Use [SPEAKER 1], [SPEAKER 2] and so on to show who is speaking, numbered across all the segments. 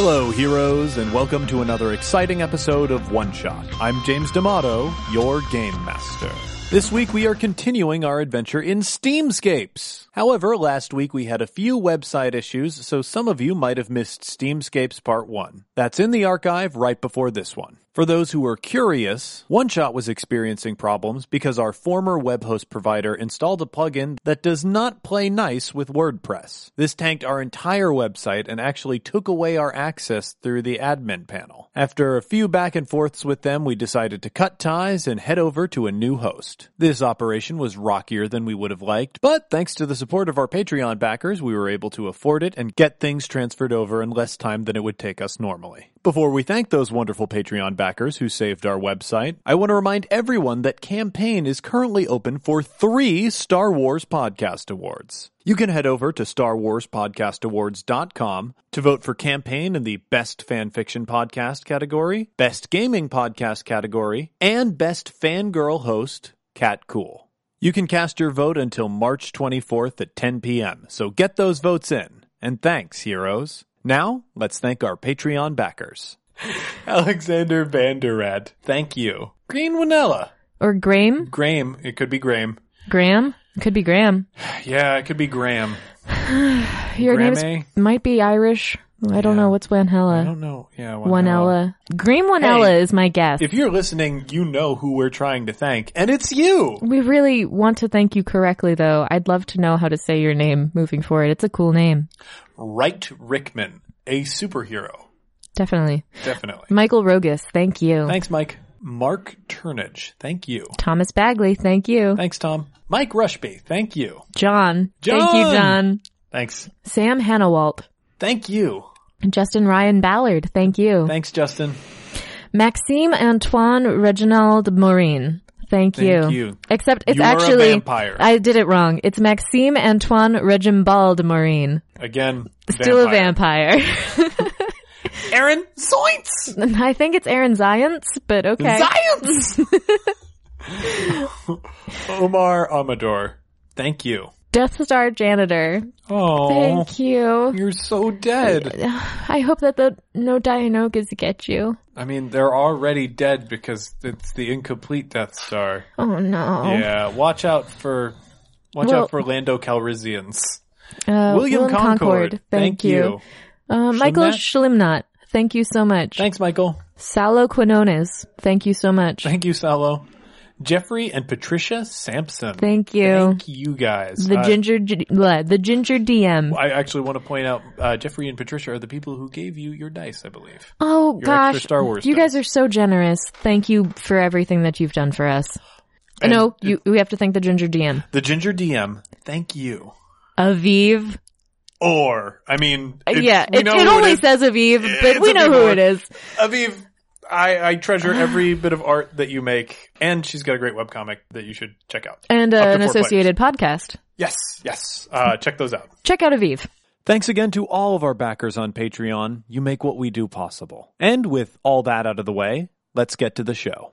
[SPEAKER 1] heroes, and welcome to another exciting episode of One Shot. I'm James D'Amato, your game master. This week we are continuing our adventure in Steamscapes. However, last week we had a few website issues, so some of you might have missed Steamscapes Part 1. That's in the archive right before this one. For those who were curious, OneShot was experiencing problems because our former web host provider installed a plugin that does not play nice with WordPress. This tanked our entire website and actually took away our access through the admin panel. After a few back and forths with them, we decided to cut ties and head over to a new host. This operation was rockier than we would have liked, but thanks to the support of our Patreon backers, we were able to afford it and get things transferred over in less time than it would take us normally. Before we thank those wonderful Patreon backers who saved our website, I want to remind everyone that Campaign is currently open for three Star Wars Podcast Awards. You can head over to StarWarsPodcastAwards.com to vote for Campaign in the Best Fan Fiction Podcast category, Best Gaming Podcast category, and Best Fangirl Host, Cat Cool. You can cast your vote until March 24th at 10 p.m., so get those votes in. And thanks, heroes. Now, let's thank our Patreon backers. Alexander Vanderad, thank you. Green Winella.
[SPEAKER 2] Or Graham?
[SPEAKER 1] Graham, it could be Graham.
[SPEAKER 2] Graham? Could be Graham.
[SPEAKER 1] Yeah, it could be Graham.
[SPEAKER 2] Your
[SPEAKER 1] Gramme?
[SPEAKER 2] name might be Irish. I don't know. What's
[SPEAKER 1] I
[SPEAKER 2] Wanhella?
[SPEAKER 1] don't know. Yeah,
[SPEAKER 2] Wanella. Graham Wanella
[SPEAKER 1] Hey,
[SPEAKER 2] is my guess.
[SPEAKER 1] If you're listening, you know who we're trying to thank, and it's you.
[SPEAKER 2] we really want to thank you correctly, though. I'd love to know how to say your name moving forward. It's a cool name.
[SPEAKER 1] Wright Rickman, a superhero.
[SPEAKER 2] Definitely.
[SPEAKER 1] Definitely.
[SPEAKER 2] Michael Rogus, thank you.
[SPEAKER 1] Thanks, Mike. Mark Turnage, thank you.
[SPEAKER 2] Thomas Bagley, thank you.
[SPEAKER 1] Thanks, Tom. Mike Rushby, thank you.
[SPEAKER 2] John, thank
[SPEAKER 1] John!
[SPEAKER 2] you, John.
[SPEAKER 1] Thanks.
[SPEAKER 2] Sam Hannawalt.
[SPEAKER 1] Thank you.
[SPEAKER 2] Justin Ryan Ballard, thank you.
[SPEAKER 1] Thanks, Justin.
[SPEAKER 2] Maxime Antoine Reginald Maureen. Thank you.
[SPEAKER 1] Thank you.
[SPEAKER 2] Except it's
[SPEAKER 1] You are a
[SPEAKER 2] actually
[SPEAKER 1] vampire.
[SPEAKER 2] I did it wrong. It's Maxime Antoine Regimbald Maureen.
[SPEAKER 1] Again,
[SPEAKER 2] Still a vampire.
[SPEAKER 1] Aaron Zoints!
[SPEAKER 2] And I think it's Aaron Zients, but okay.
[SPEAKER 1] Science! Omar Amador, thank you.
[SPEAKER 2] Death Star Janitor.
[SPEAKER 1] Oh,
[SPEAKER 2] Thank you.
[SPEAKER 1] you're so dead.
[SPEAKER 2] I hope that the no Dianogas get you.
[SPEAKER 1] I mean, they're already dead because it's the incomplete Death Star.
[SPEAKER 2] Oh no.
[SPEAKER 1] Yeah, watch out for watch
[SPEAKER 2] Well-
[SPEAKER 1] out for Lando Calrissians.
[SPEAKER 2] Uh,
[SPEAKER 1] William Concord,
[SPEAKER 2] Thank, you. Uh, Michael Schlimnot. Thank you so much.
[SPEAKER 1] Thanks, Michael.
[SPEAKER 2] Salo Quinones. Thank you so much.
[SPEAKER 1] Thank you, Salo. Jeffrey and Patricia Sampson.
[SPEAKER 2] Thank you.
[SPEAKER 1] Thank you guys.
[SPEAKER 2] The
[SPEAKER 1] Uh,
[SPEAKER 2] ginger, G- bleh, the ginger DM.
[SPEAKER 1] I actually want to point out uh, Jeffrey and Patricia are the people who gave you your dice, I believe.
[SPEAKER 2] Oh gosh,
[SPEAKER 1] Star Wars
[SPEAKER 2] you
[SPEAKER 1] dice.
[SPEAKER 2] guys are so generous. Thank you for everything that you've done for us. no, you, we have to thank the ginger DM.
[SPEAKER 1] The Ginger DM, thank you.
[SPEAKER 2] Aviv.
[SPEAKER 1] Or, I mean, it's-
[SPEAKER 2] Uh, yeah,
[SPEAKER 1] we
[SPEAKER 2] it,
[SPEAKER 1] know
[SPEAKER 2] it
[SPEAKER 1] who
[SPEAKER 2] only
[SPEAKER 1] is.
[SPEAKER 2] says Aviv, but
[SPEAKER 1] It's
[SPEAKER 2] we
[SPEAKER 1] a
[SPEAKER 2] know
[SPEAKER 1] big
[SPEAKER 2] who
[SPEAKER 1] one.
[SPEAKER 2] it is.
[SPEAKER 1] Aviv, I, I treasure every bit of art that you make, and she's got a great webcomic that you should check out.
[SPEAKER 2] And uh,
[SPEAKER 1] Up to
[SPEAKER 2] an
[SPEAKER 1] four
[SPEAKER 2] associated podcast.
[SPEAKER 1] Yes, yes. Uh, check those out.
[SPEAKER 2] Check out Aviv.
[SPEAKER 1] Thanks again to all of our backers on Patreon. You make what we do possible. And with all that out of the way, let's get to the show.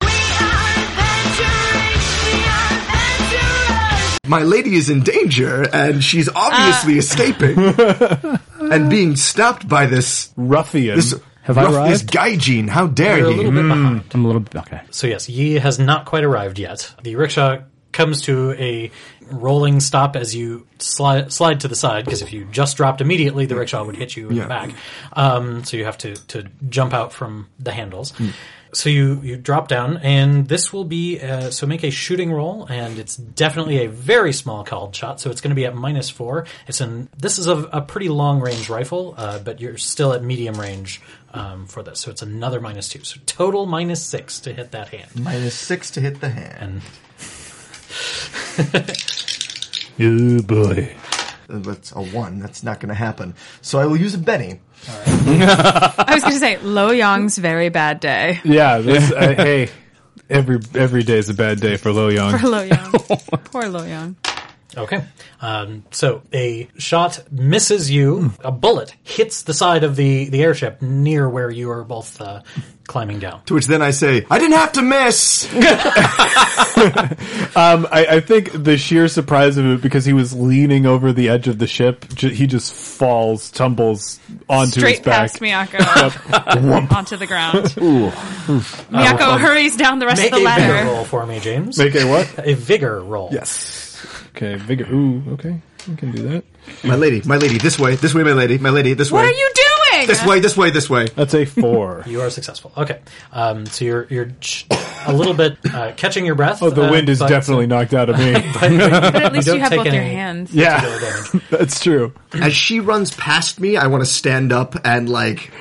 [SPEAKER 3] my lady is in danger and she's obviously
[SPEAKER 4] Uh.
[SPEAKER 3] escaping and being stopped by this
[SPEAKER 1] Ruffian.
[SPEAKER 3] this,
[SPEAKER 5] Mm. Have I
[SPEAKER 3] this
[SPEAKER 5] arrived?
[SPEAKER 3] gaijin. How dare
[SPEAKER 6] You're a
[SPEAKER 3] he?
[SPEAKER 6] little bit behind.
[SPEAKER 5] I'm a little okay.
[SPEAKER 6] So yes, Yi has not quite arrived yet. The rickshaw comes to a rolling stop as you slide, slide to the side because if you just dropped immediately, the rickshaw would hit you in the back. Um, so you have to, to jump out from the handles. So you, you drop down, and this will be uh, so make a shooting roll, and it's definitely a very small called shot. So it's going to be at minus four. It's an this is a, a pretty long range rifle, uh, but you're still at medium range um, for this. So it's another minus two. So total minus six to hit that hand.
[SPEAKER 3] Minus six to hit the hand.
[SPEAKER 6] And
[SPEAKER 5] Oh boy.
[SPEAKER 3] Uh, That's a one. That's not going to happen. So I will use a Benny.
[SPEAKER 4] I was going to say Lo Yong's very bad day.
[SPEAKER 7] Yeah, this, uh, hey, every every day is a bad day for Lo Young.
[SPEAKER 4] Poor Lo Yong. Poor Lo Yong.
[SPEAKER 6] Okay. Um, so a shot misses you. A bullet hits the side of the, the airship near where you are both uh, climbing down.
[SPEAKER 3] To which then I say, I didn't have to miss.
[SPEAKER 1] Um, I, I think the sheer surprise of it because he was leaning over the edge of the ship, ju- he just falls, tumbles onto
[SPEAKER 4] Straight
[SPEAKER 1] his back.
[SPEAKER 4] past Miyako onto the ground. Miyako
[SPEAKER 1] Um,
[SPEAKER 4] hurries down the rest
[SPEAKER 6] Make
[SPEAKER 4] of
[SPEAKER 6] a
[SPEAKER 4] the
[SPEAKER 6] vigor
[SPEAKER 4] ladder.
[SPEAKER 6] roll for me, James.
[SPEAKER 1] Make a what?
[SPEAKER 6] a vigor roll.
[SPEAKER 1] Yes. Okay, vigor. Ooh, okay. You can do that.
[SPEAKER 3] my lady, my lady, this way, this way, my lady, my lady, this
[SPEAKER 4] What
[SPEAKER 3] way.
[SPEAKER 4] are you doing?
[SPEAKER 3] This way, this way, this way.
[SPEAKER 1] That's a four.
[SPEAKER 6] You are successful. Okay, um, so you're you're ch- a little bit uh, catching your breath.
[SPEAKER 1] oh, the
[SPEAKER 6] uh,
[SPEAKER 1] wind is
[SPEAKER 6] but-
[SPEAKER 1] definitely knocked out of me.
[SPEAKER 4] But at least
[SPEAKER 6] don't
[SPEAKER 4] you have
[SPEAKER 6] take
[SPEAKER 4] both your
[SPEAKER 6] any-
[SPEAKER 4] hands.
[SPEAKER 6] no
[SPEAKER 1] yeah,
[SPEAKER 6] damage.
[SPEAKER 1] that's true.
[SPEAKER 3] As she runs past me, I want to stand up and like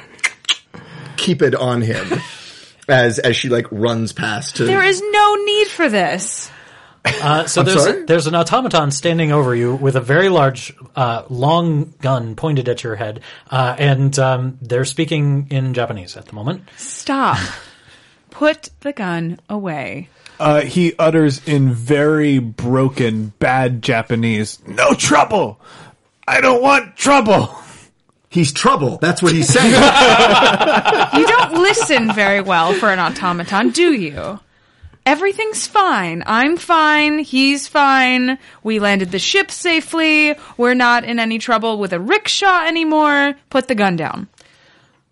[SPEAKER 3] keep it on him. As as she like runs past to
[SPEAKER 4] There is no need for this.
[SPEAKER 6] Uh, so
[SPEAKER 3] I'm
[SPEAKER 6] there's
[SPEAKER 3] sorry?
[SPEAKER 6] there's an automaton standing over you with a very large, uh, long gun pointed at your head, uh, and um, they're speaking in Japanese at the moment.
[SPEAKER 4] Stop. Put the gun away.
[SPEAKER 1] Uh, he utters in very broken, bad Japanese, "No trouble. I don't want trouble."
[SPEAKER 3] he's trouble. That's what he's saying.
[SPEAKER 4] You don't listen very well for an automaton, do you? Everything's fine. I'm fine. He's fine. We landed the ship safely. We're not in any trouble with a rickshaw anymore. Put the gun down.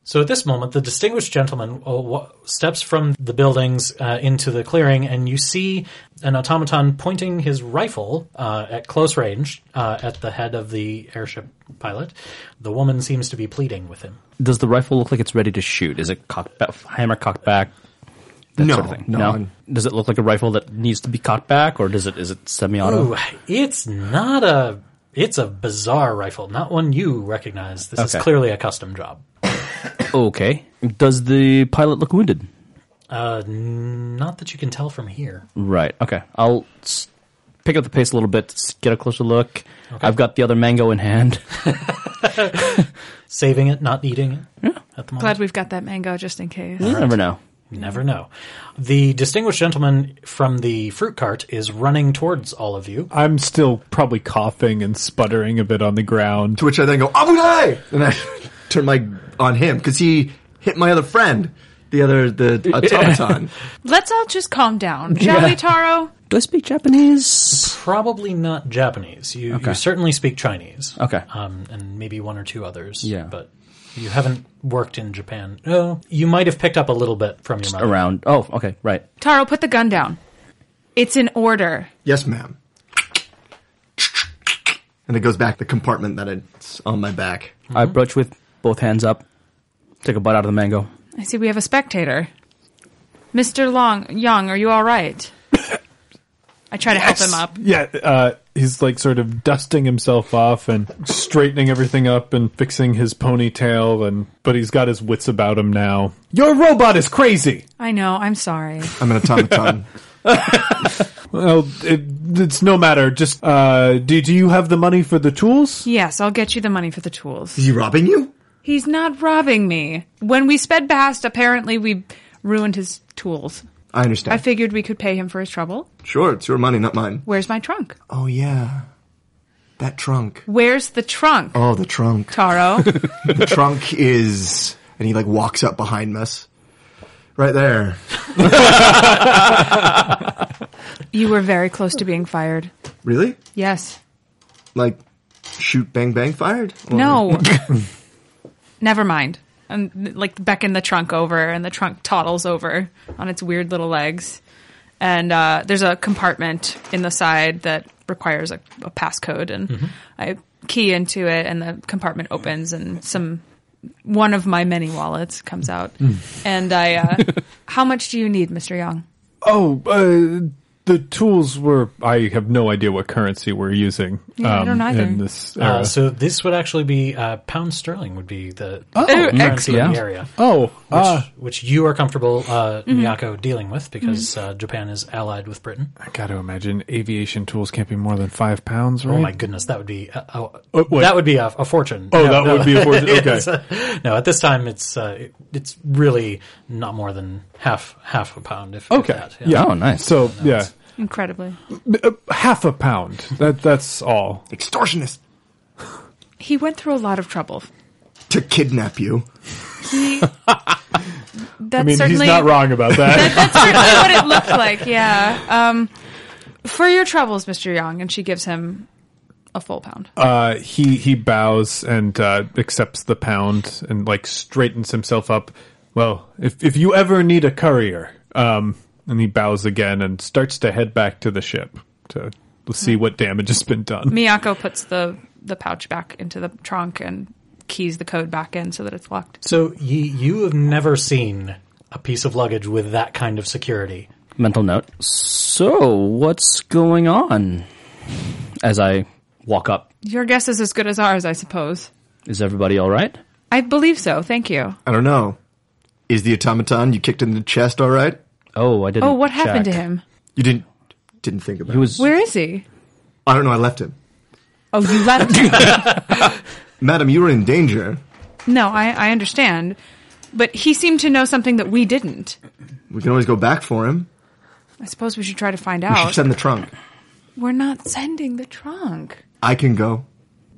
[SPEAKER 6] So at this moment, the distinguished gentleman uh, wa- steps from the buildings uh, into the clearing, and you see an automaton pointing his rifle uh, at close range uh, at the head of the airship pilot. The woman seems to be pleading with him.
[SPEAKER 7] Does the rifle look like it's ready to shoot? Is it cocked back, hammer cocked back? That
[SPEAKER 3] No,
[SPEAKER 7] sort of thing.
[SPEAKER 3] no, I'm-
[SPEAKER 7] Does it look like a rifle that needs to be cocked back, or does it is it semi-auto?
[SPEAKER 6] Ooh, it's not a. It's a bizarre rifle, not one you recognize. This is
[SPEAKER 7] Okay.
[SPEAKER 6] clearly a custom job.
[SPEAKER 7] Okay. Does the pilot look wounded?
[SPEAKER 6] Uh, n- not that you can tell from here.
[SPEAKER 7] Right. Okay. I'll s- pick up the pace a little bit, s- get a closer look. I've got the other mango in hand.
[SPEAKER 6] Saving it, not eating it. At the moment.
[SPEAKER 4] Glad we've got that mango just in case.
[SPEAKER 7] You never know.
[SPEAKER 6] You never know. The distinguished gentleman from the fruit cart is running towards all of you.
[SPEAKER 1] I'm still probably coughing and sputtering a bit on the ground.
[SPEAKER 3] to which I then go, Abunai! And I turn my on him because he hit my other friend, the other the automaton.
[SPEAKER 4] Let's all just calm down, shall we, Taro?
[SPEAKER 7] Do I speak Japanese?
[SPEAKER 6] Probably not Japanese. You, you certainly speak Chinese.
[SPEAKER 7] Okay.
[SPEAKER 6] Um, and maybe one or two others.
[SPEAKER 7] Yeah.
[SPEAKER 6] But you haven't worked in Japan. Oh, you might have picked up a little bit from your mother.
[SPEAKER 7] Around. Oh, okay. Right.
[SPEAKER 4] Taro, put the gun down. It's an order.
[SPEAKER 3] yes, ma'am. And it goes back the compartment that it's on my back.
[SPEAKER 7] I approach with both hands up. Take a bite out of the mango.
[SPEAKER 4] I see we have a spectator. Mr. Long Young, are you all right? I try to help him up.
[SPEAKER 1] Yeah, uh, he's like sort of dusting himself off and straightening everything up and fixing his ponytail, and but he's got his wits about him now. Your robot is crazy.
[SPEAKER 4] I know, I'm sorry.
[SPEAKER 3] I'm an automaton.
[SPEAKER 1] Well, it, it's no matter. Just uh, do do you have the money for the tools?
[SPEAKER 4] Yes, I'll get you the money for the tools.
[SPEAKER 3] Is he robbing you?
[SPEAKER 4] He's not robbing me. When we sped past, apparently we ruined his tools.
[SPEAKER 3] I understand.
[SPEAKER 4] I figured we could pay him for his trouble.
[SPEAKER 3] sure, it's your money, not mine.
[SPEAKER 4] Where's my trunk?
[SPEAKER 3] Oh yeah, that trunk.
[SPEAKER 4] Where's the trunk,
[SPEAKER 3] Oh, the trunk.
[SPEAKER 4] Taro?
[SPEAKER 3] The trunk is, and he like walks up behind us, right there.
[SPEAKER 4] you were very close to being fired.
[SPEAKER 3] Really?
[SPEAKER 4] Yes.
[SPEAKER 3] Like, shoot, bang, bang, fired? Or-
[SPEAKER 4] No. Never mind. And like beckon the trunk over, and the trunk toddles over on its weird little legs. And uh, there's a compartment in the side that requires a, a passcode, and
[SPEAKER 1] Mm-hmm.
[SPEAKER 4] I key into it, and the compartment opens, and some one of my many wallets comes out.
[SPEAKER 1] Mm.
[SPEAKER 4] And I, uh, how much do you need, Mister Young?
[SPEAKER 1] Oh, uh, the tools were. I have no idea what currency we're using. um,
[SPEAKER 4] Yeah, I don't either.
[SPEAKER 1] In this era.
[SPEAKER 6] Uh, so this would actually be uh, pound sterling would be the
[SPEAKER 4] Oh,
[SPEAKER 6] currency of
[SPEAKER 7] excellent.
[SPEAKER 6] the area.
[SPEAKER 1] oh,
[SPEAKER 6] which,
[SPEAKER 1] ah,
[SPEAKER 6] which you are comfortable, uh, Miyako, dealing with because uh, Japan is allied with Britain.
[SPEAKER 1] I got to imagine aviation tools can't be more than five pounds, right?
[SPEAKER 6] Oh my goodness, that would be uh, oh,
[SPEAKER 1] Oh, wait.
[SPEAKER 6] that would be a, a fortune.
[SPEAKER 1] Oh, that would be a fortune. Okay.
[SPEAKER 6] no, at this time it's uh, it- it's really not more than half half a pound. If if
[SPEAKER 1] Okay.
[SPEAKER 6] that,
[SPEAKER 1] Yeah.
[SPEAKER 7] Oh, nice.
[SPEAKER 1] So yeah,
[SPEAKER 4] Incredibly.
[SPEAKER 1] Uh, half a pound. That that's all.
[SPEAKER 3] Extortionist
[SPEAKER 4] He went through a lot of trouble.
[SPEAKER 3] to kidnap you.
[SPEAKER 4] He. That's
[SPEAKER 1] I mean, he's
[SPEAKER 4] certainly
[SPEAKER 1] not wrong about that.
[SPEAKER 4] That's certainly what it looked like. Yeah. Um, for your troubles, Mister Young, and she gives him a full pound.
[SPEAKER 1] uh, he he bows and uh, accepts the pound and like straightens himself up. Well, if if you ever need a courier, um, and he bows again and starts to head back to the ship to see what damage has been done.
[SPEAKER 4] Miyako puts the the pouch back into the trunk and keys the code back in so that it's locked.
[SPEAKER 6] So you you have never seen a piece of luggage with that kind of security.
[SPEAKER 7] Mental note. So, what's going on? As I walk up,
[SPEAKER 4] Your guess is as good as ours, I suppose.
[SPEAKER 7] is everybody all right?
[SPEAKER 4] I believe so. Thank you.
[SPEAKER 3] I don't know. Is the automaton you kicked in the chest all right?
[SPEAKER 7] Oh, I didn't.
[SPEAKER 4] Oh, what happened to
[SPEAKER 7] check.
[SPEAKER 4] him?
[SPEAKER 3] You didn't didn't think about
[SPEAKER 7] He was
[SPEAKER 4] Where is he?
[SPEAKER 3] it. I don't know, I left him.
[SPEAKER 4] Oh, you left. him.
[SPEAKER 3] Madam, you were in danger.
[SPEAKER 4] no, I, I understand, but he seemed to know something that we didn't.
[SPEAKER 3] We can always go back for him.
[SPEAKER 4] I suppose we should try to find
[SPEAKER 3] We should
[SPEAKER 4] out.
[SPEAKER 3] send the trunk.
[SPEAKER 4] We're not sending the trunk
[SPEAKER 3] I can go.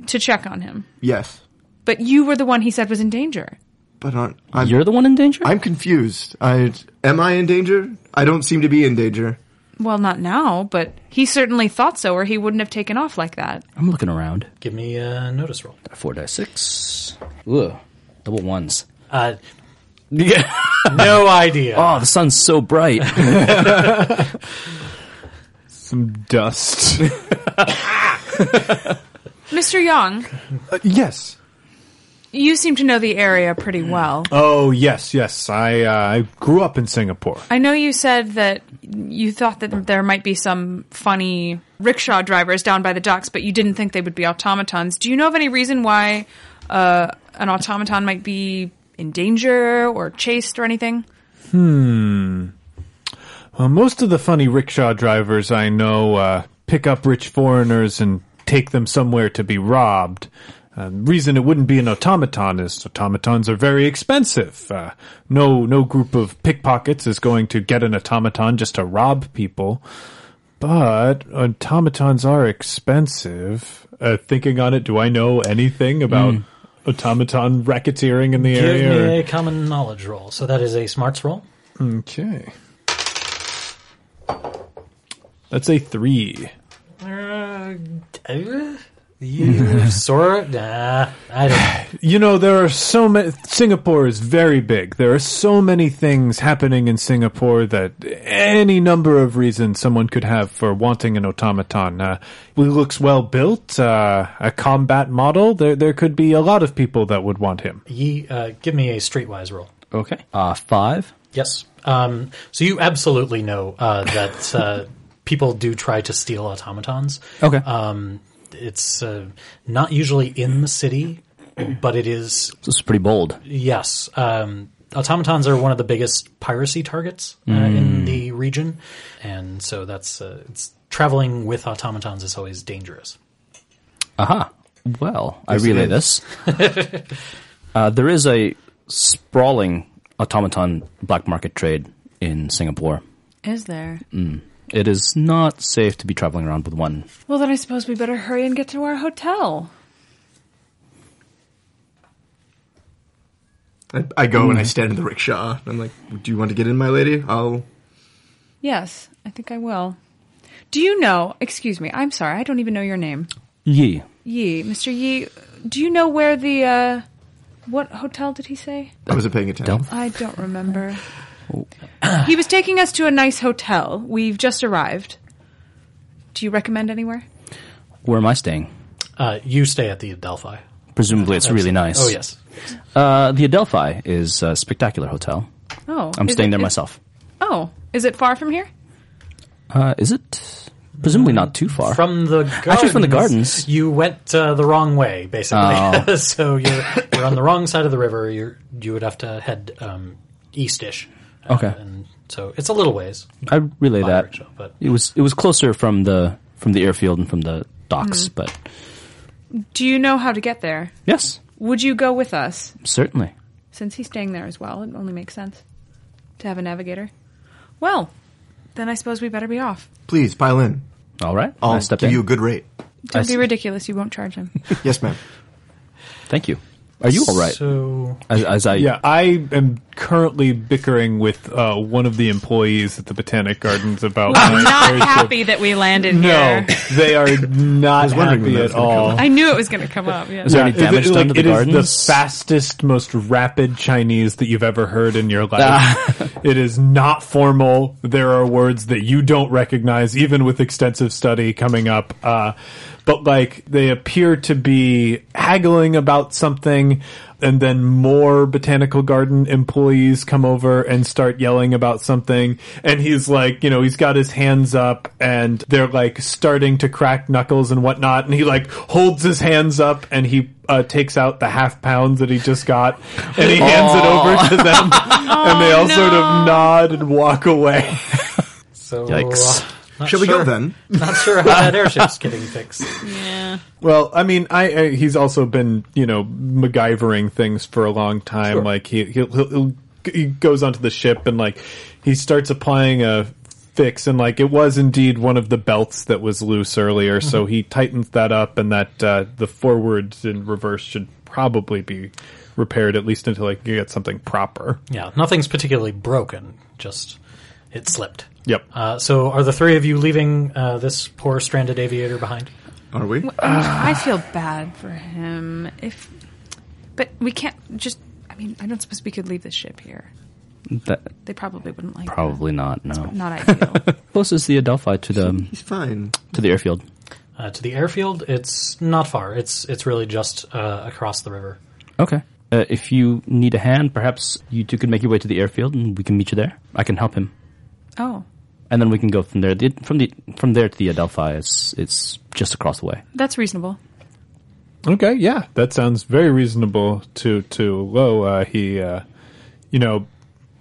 [SPEAKER 4] to check on him.
[SPEAKER 3] Yes.
[SPEAKER 4] But you were the one he said was in danger.
[SPEAKER 3] But aren't I'm
[SPEAKER 7] You're the one in danger.
[SPEAKER 3] I'm confused. I am I in danger? I don't seem to be in danger.
[SPEAKER 4] Well, not now, but he certainly thought so, or he wouldn't have taken off like that.
[SPEAKER 7] I'm looking around.
[SPEAKER 6] Give me a notice roll.
[SPEAKER 7] Four die six. Ooh, double ones.
[SPEAKER 6] Uh,
[SPEAKER 7] Yeah.
[SPEAKER 6] no idea.
[SPEAKER 7] Oh, the sun's so bright.
[SPEAKER 1] Some dust.
[SPEAKER 4] Mr. Young,
[SPEAKER 1] yes.
[SPEAKER 4] you seem to know the area pretty well.
[SPEAKER 1] Oh yes, yes. I uh, I grew up in Singapore.
[SPEAKER 4] I know you said that you thought that there might be some funny rickshaw drivers down by the docks, but you didn't think they would be automatons. Do you know of any reason why uh, an automaton might be in danger or chased or anything?
[SPEAKER 1] Well, most of the funny rickshaw drivers I know uh, pick up rich foreigners and take them somewhere to be robbed. Uh, the reason it wouldn't be an automaton is automatons are very expensive. Uh, no, no group of pickpockets is going to get an automaton just to rob people. But automatons are expensive. Uh, thinking on it, do I know anything about automaton racketeering in the
[SPEAKER 6] Hmm. Give
[SPEAKER 1] area? or-
[SPEAKER 6] me a common knowledge roll. So that is a smarts roll.
[SPEAKER 1] Okay. That's a three.
[SPEAKER 6] Uh, you sort nah, I don't.
[SPEAKER 1] You know, there are so many. Singapore is very big. There are so many things happening in Singapore that any number of reasons someone could have for wanting an automaton. Uh, he looks well built, uh, a combat model. There, there could be a lot of people that would want him.
[SPEAKER 6] Ye, uh, give me a streetwise roll.
[SPEAKER 7] okay. Uh, five.
[SPEAKER 6] Yes. Um, so you absolutely know uh, that uh, people do try to steal automatons.
[SPEAKER 7] Okay.
[SPEAKER 6] Um, it's uh, not usually in the city, but it is
[SPEAKER 7] This is pretty bold.
[SPEAKER 6] Yes. Um, automatons are one of the biggest piracy targets uh, in
[SPEAKER 7] Mm.
[SPEAKER 6] the region. And so that's uh, it's traveling with automatons is always dangerous.
[SPEAKER 7] Aha. Well, I relay this. uh, there is a sprawling automaton black market trade in Singapore.
[SPEAKER 4] Is there?
[SPEAKER 7] It is not safe to be traveling around with one.
[SPEAKER 4] Well, then I suppose we better hurry and get to our hotel.
[SPEAKER 3] I, I go
[SPEAKER 7] Hmm.
[SPEAKER 3] and I stand in the rickshaw. I'm like, "Do you want to get in, my lady?" I'll
[SPEAKER 4] Yes, I think I will. Do you know? Excuse me, I'm sorry, I don't even know your name.
[SPEAKER 7] Ye.
[SPEAKER 4] Yi, Mr. Yi, do you know where the, uh, what hotel did he say?
[SPEAKER 3] I wasn't paying attention.
[SPEAKER 7] Don't-
[SPEAKER 4] I don't remember. he was taking us to a nice hotel. We've just arrived. Do you recommend anywhere?
[SPEAKER 7] Where am I staying?
[SPEAKER 6] Uh, you stay at the Adelphi.
[SPEAKER 7] Presumably, it's really nice.
[SPEAKER 6] Oh, yes.
[SPEAKER 7] Uh, the Adelphi is a spectacular hotel.
[SPEAKER 4] Oh,
[SPEAKER 7] I'm
[SPEAKER 4] is
[SPEAKER 7] staying
[SPEAKER 4] it-
[SPEAKER 7] there
[SPEAKER 4] is-
[SPEAKER 7] myself.
[SPEAKER 4] Oh, is it far from here?
[SPEAKER 7] Uh, is it? Presumably not too far.
[SPEAKER 6] From the gardens,
[SPEAKER 7] Actually, from the gardens.
[SPEAKER 6] You went uh, the wrong way, basically.
[SPEAKER 7] Oh.
[SPEAKER 6] so you're, you're on the wrong side of the river. You're, you would have to head um, eastish. Uh,
[SPEAKER 7] Okay.
[SPEAKER 6] And so it's a little ways.
[SPEAKER 7] I relay
[SPEAKER 6] by
[SPEAKER 7] that.
[SPEAKER 6] rickshaw, but
[SPEAKER 7] It was it was closer from the from the airfield and from the
[SPEAKER 4] Hmm.
[SPEAKER 7] docks, but
[SPEAKER 4] Do you know how to get there?
[SPEAKER 7] yes,
[SPEAKER 4] Would you go with us?
[SPEAKER 7] certainly.
[SPEAKER 4] Since he's staying there as well, it only makes sense to have a navigator. Well, Then I suppose we better be off.
[SPEAKER 3] Please pile in.
[SPEAKER 7] All right.
[SPEAKER 3] I'll
[SPEAKER 7] I step
[SPEAKER 3] give
[SPEAKER 7] in.
[SPEAKER 3] you a good rate.
[SPEAKER 7] I
[SPEAKER 4] Don't be
[SPEAKER 7] see.
[SPEAKER 4] ridiculous. You won't charge him.
[SPEAKER 3] Yes, ma'am.
[SPEAKER 7] Thank you. Are you all right?
[SPEAKER 6] So
[SPEAKER 7] as, as I
[SPEAKER 1] Yeah, I am currently bickering with uh, one of the employees at the Botanic Gardens about my
[SPEAKER 4] Not
[SPEAKER 1] choice of-
[SPEAKER 4] happy that we landed
[SPEAKER 1] No,
[SPEAKER 4] here.
[SPEAKER 1] they are not
[SPEAKER 3] wondering when
[SPEAKER 1] happy at
[SPEAKER 3] that was gonna come
[SPEAKER 1] all.
[SPEAKER 3] up.
[SPEAKER 4] I knew it was going to come up. Yeah.
[SPEAKER 7] Is there any damage
[SPEAKER 1] it, like,
[SPEAKER 7] done to the
[SPEAKER 1] it is
[SPEAKER 7] gardens?
[SPEAKER 1] the fastest, most rapid Chinese that you've ever heard in your
[SPEAKER 7] Ah.
[SPEAKER 1] life. it is not formal. There are words that you don't recognize, even with extensive study coming up. Uh, but like they appear to be haggling about something, and then more botanical garden employees come over and start yelling about something. And he's like, you know, he's got his hands up, and they're like starting to crack knuckles and whatnot. And he like holds his hands up, and he uh, takes out the half pounds that he just got and he hands it over to them, and they all sort of nod and walk away.
[SPEAKER 6] so
[SPEAKER 7] Yikes.
[SPEAKER 6] uh, not
[SPEAKER 3] Shall we go
[SPEAKER 6] sure-
[SPEAKER 3] then?
[SPEAKER 6] Not sure how that airship's getting fixed.
[SPEAKER 1] Well, I mean, I, I he's also been you know MacGyvering things for a long time. Like he he'll, he'll, he'll he goes onto the ship and like he starts applying a fix, and like it was indeed one of the belts that was loose earlier, so he tightens that up, and that uh, the forwards and reverse should probably be repaired at least until like you get something proper.
[SPEAKER 6] Yeah, nothing's particularly broken. Just it slipped.
[SPEAKER 1] Yep.
[SPEAKER 6] Uh, so are the three of you leaving uh, this poor stranded aviator behind?
[SPEAKER 3] Are we?
[SPEAKER 4] I feel bad for him. If, but we can't just. I mean, I don't suppose we could leave the ship here.
[SPEAKER 7] that,
[SPEAKER 4] They probably wouldn't like. that.
[SPEAKER 7] probably not. No.
[SPEAKER 4] Not ideal.
[SPEAKER 7] Close is the Adelphi to the
[SPEAKER 3] He's fine.
[SPEAKER 7] to the airfield.
[SPEAKER 6] Uh, to the airfield, it's not far. It's it's really just uh, across the river.
[SPEAKER 7] Okay. Uh, if you need a hand, perhaps you two could make your way to the airfield, and we can meet you there. I can help him,
[SPEAKER 4] oh,
[SPEAKER 7] and then we can go from there. The, from the from there to the Adelphi is it's just across the way.
[SPEAKER 4] that's reasonable.
[SPEAKER 1] Okay, yeah, that sounds very reasonable to to Lo. Uh, he, uh, you know,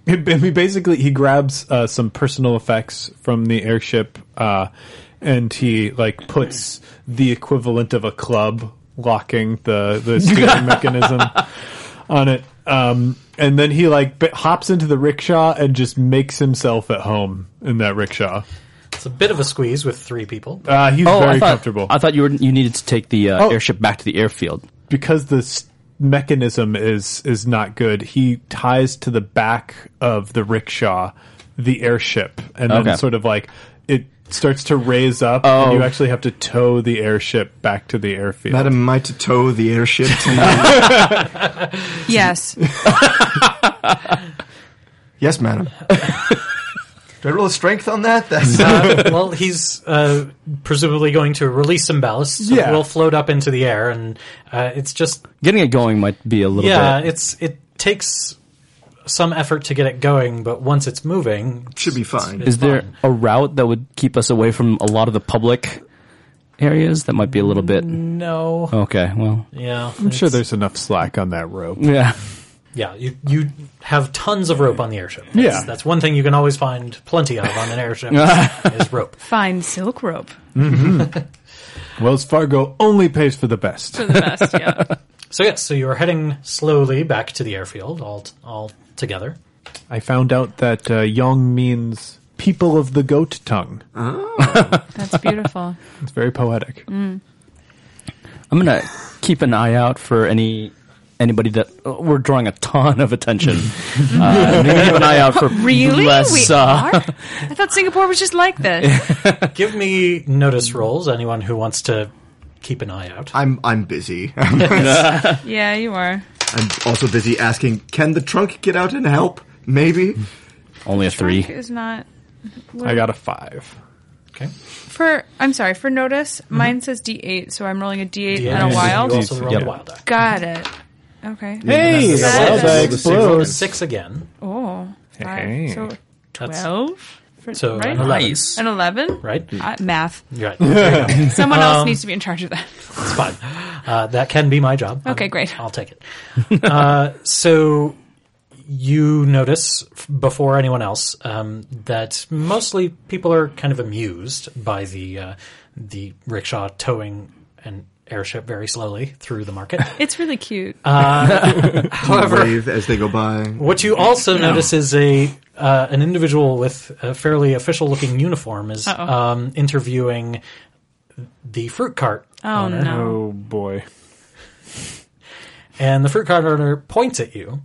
[SPEAKER 1] he, he basically he grabs uh, some personal effects from the airship, uh, and he like puts the equivalent of a club locking the the steering mechanism on it. Um, and then he like b- hops into the rickshaw and just makes himself at home in that rickshaw.
[SPEAKER 6] It's a bit of a squeeze with three people.
[SPEAKER 1] Uh, he's very
[SPEAKER 7] Oh, I thought,
[SPEAKER 1] comfortable
[SPEAKER 7] I thought you were you needed to take the uh,
[SPEAKER 1] Oh.
[SPEAKER 7] airship back to the airfield.
[SPEAKER 1] because the s- mechanism is is not good, he ties to the back of the rickshaw the airship, and
[SPEAKER 7] Okay.
[SPEAKER 1] then sort of like it starts to raise up, and you actually have to tow the airship back to the airfield.
[SPEAKER 3] Madam, am I to tow the airship to the-
[SPEAKER 4] Yes.
[SPEAKER 3] yes, madam. Did I roll a strength on that? That's
[SPEAKER 6] Uh, well, he's uh, presumably going to release some ballast. So
[SPEAKER 1] Yeah.
[SPEAKER 6] it will float up into the air, and uh, it's just
[SPEAKER 7] Getting it going might be a little
[SPEAKER 6] yeah,
[SPEAKER 7] bit.
[SPEAKER 6] it's it takes some effort to get it going, but once it's moving,
[SPEAKER 3] should be fine.
[SPEAKER 7] Is there a route that would keep us away from a lot of the public areas? That might be a little bit.
[SPEAKER 6] Mm. no,
[SPEAKER 7] Okay. Well.
[SPEAKER 6] yeah,
[SPEAKER 1] I'm sure there's enough slack on that rope.
[SPEAKER 7] Yeah.
[SPEAKER 6] yeah. You you have tons of rope on the airship. That's,
[SPEAKER 1] Yeah.
[SPEAKER 6] that's one thing you can always find plenty of on an airship is rope.
[SPEAKER 4] Fine silk rope
[SPEAKER 1] Wells Fargo only pays for the best.
[SPEAKER 4] for the best. Yeah.
[SPEAKER 6] So yes, so you are heading slowly back to the airfield, all all together.
[SPEAKER 1] I found out that uh, Yong means people of the goat tongue.
[SPEAKER 4] That's beautiful.
[SPEAKER 1] It's very poetic.
[SPEAKER 7] I'm gonna keep an eye out for any anybody that oh, we're drawing a ton of attention. uh, I'm gonna keep an eye out for
[SPEAKER 4] Really?
[SPEAKER 7] less.
[SPEAKER 4] we
[SPEAKER 7] uh,
[SPEAKER 4] are? I thought Singapore was just like this.
[SPEAKER 6] Give me notice rolls. Anyone who wants to keep an eye out.
[SPEAKER 3] I'm I'm busy.
[SPEAKER 4] yeah, you are.
[SPEAKER 3] I'm also busy asking, can the trunk get out and help? Maybe.
[SPEAKER 7] only a
[SPEAKER 4] Trunk
[SPEAKER 7] three.
[SPEAKER 4] Is not
[SPEAKER 1] I got a five.
[SPEAKER 6] Okay.
[SPEAKER 4] for. I'm sorry for notice. Mine says D8, so I'm rolling a D8 and a
[SPEAKER 6] You
[SPEAKER 4] wild.
[SPEAKER 6] also rolled
[SPEAKER 1] Yep.
[SPEAKER 6] a wild die.
[SPEAKER 4] Got it. Okay.
[SPEAKER 1] Hey, the
[SPEAKER 6] Six.
[SPEAKER 1] wild eye explodes.
[SPEAKER 6] Six again.
[SPEAKER 4] Oh, five.
[SPEAKER 1] Hey.
[SPEAKER 4] So
[SPEAKER 6] That's-
[SPEAKER 4] twelve. For,
[SPEAKER 6] So
[SPEAKER 4] right?
[SPEAKER 6] an eleven,
[SPEAKER 7] Nice.
[SPEAKER 4] An eleven.
[SPEAKER 6] right?
[SPEAKER 4] Uh, math.
[SPEAKER 6] You're right. There you go.
[SPEAKER 4] Someone else needs to be in charge of that.
[SPEAKER 6] It's fine. Uh, that can be my job.
[SPEAKER 4] Okay,
[SPEAKER 6] I'm-
[SPEAKER 4] great.
[SPEAKER 6] I'll take it. uh, so you notice f- before anyone else um, that mostly people are kind of amused by the uh, the rickshaw towing an airship very slowly through the market.
[SPEAKER 4] It's really cute.
[SPEAKER 3] However, wave as they go by.
[SPEAKER 6] what you also notice is a uh, an individual with a fairly official looking uniform is
[SPEAKER 4] Uh-oh.
[SPEAKER 6] um, interviewing the fruit cart
[SPEAKER 4] Oh
[SPEAKER 6] owner.
[SPEAKER 4] no.
[SPEAKER 1] Oh boy.
[SPEAKER 6] And the fruit cart owner points at you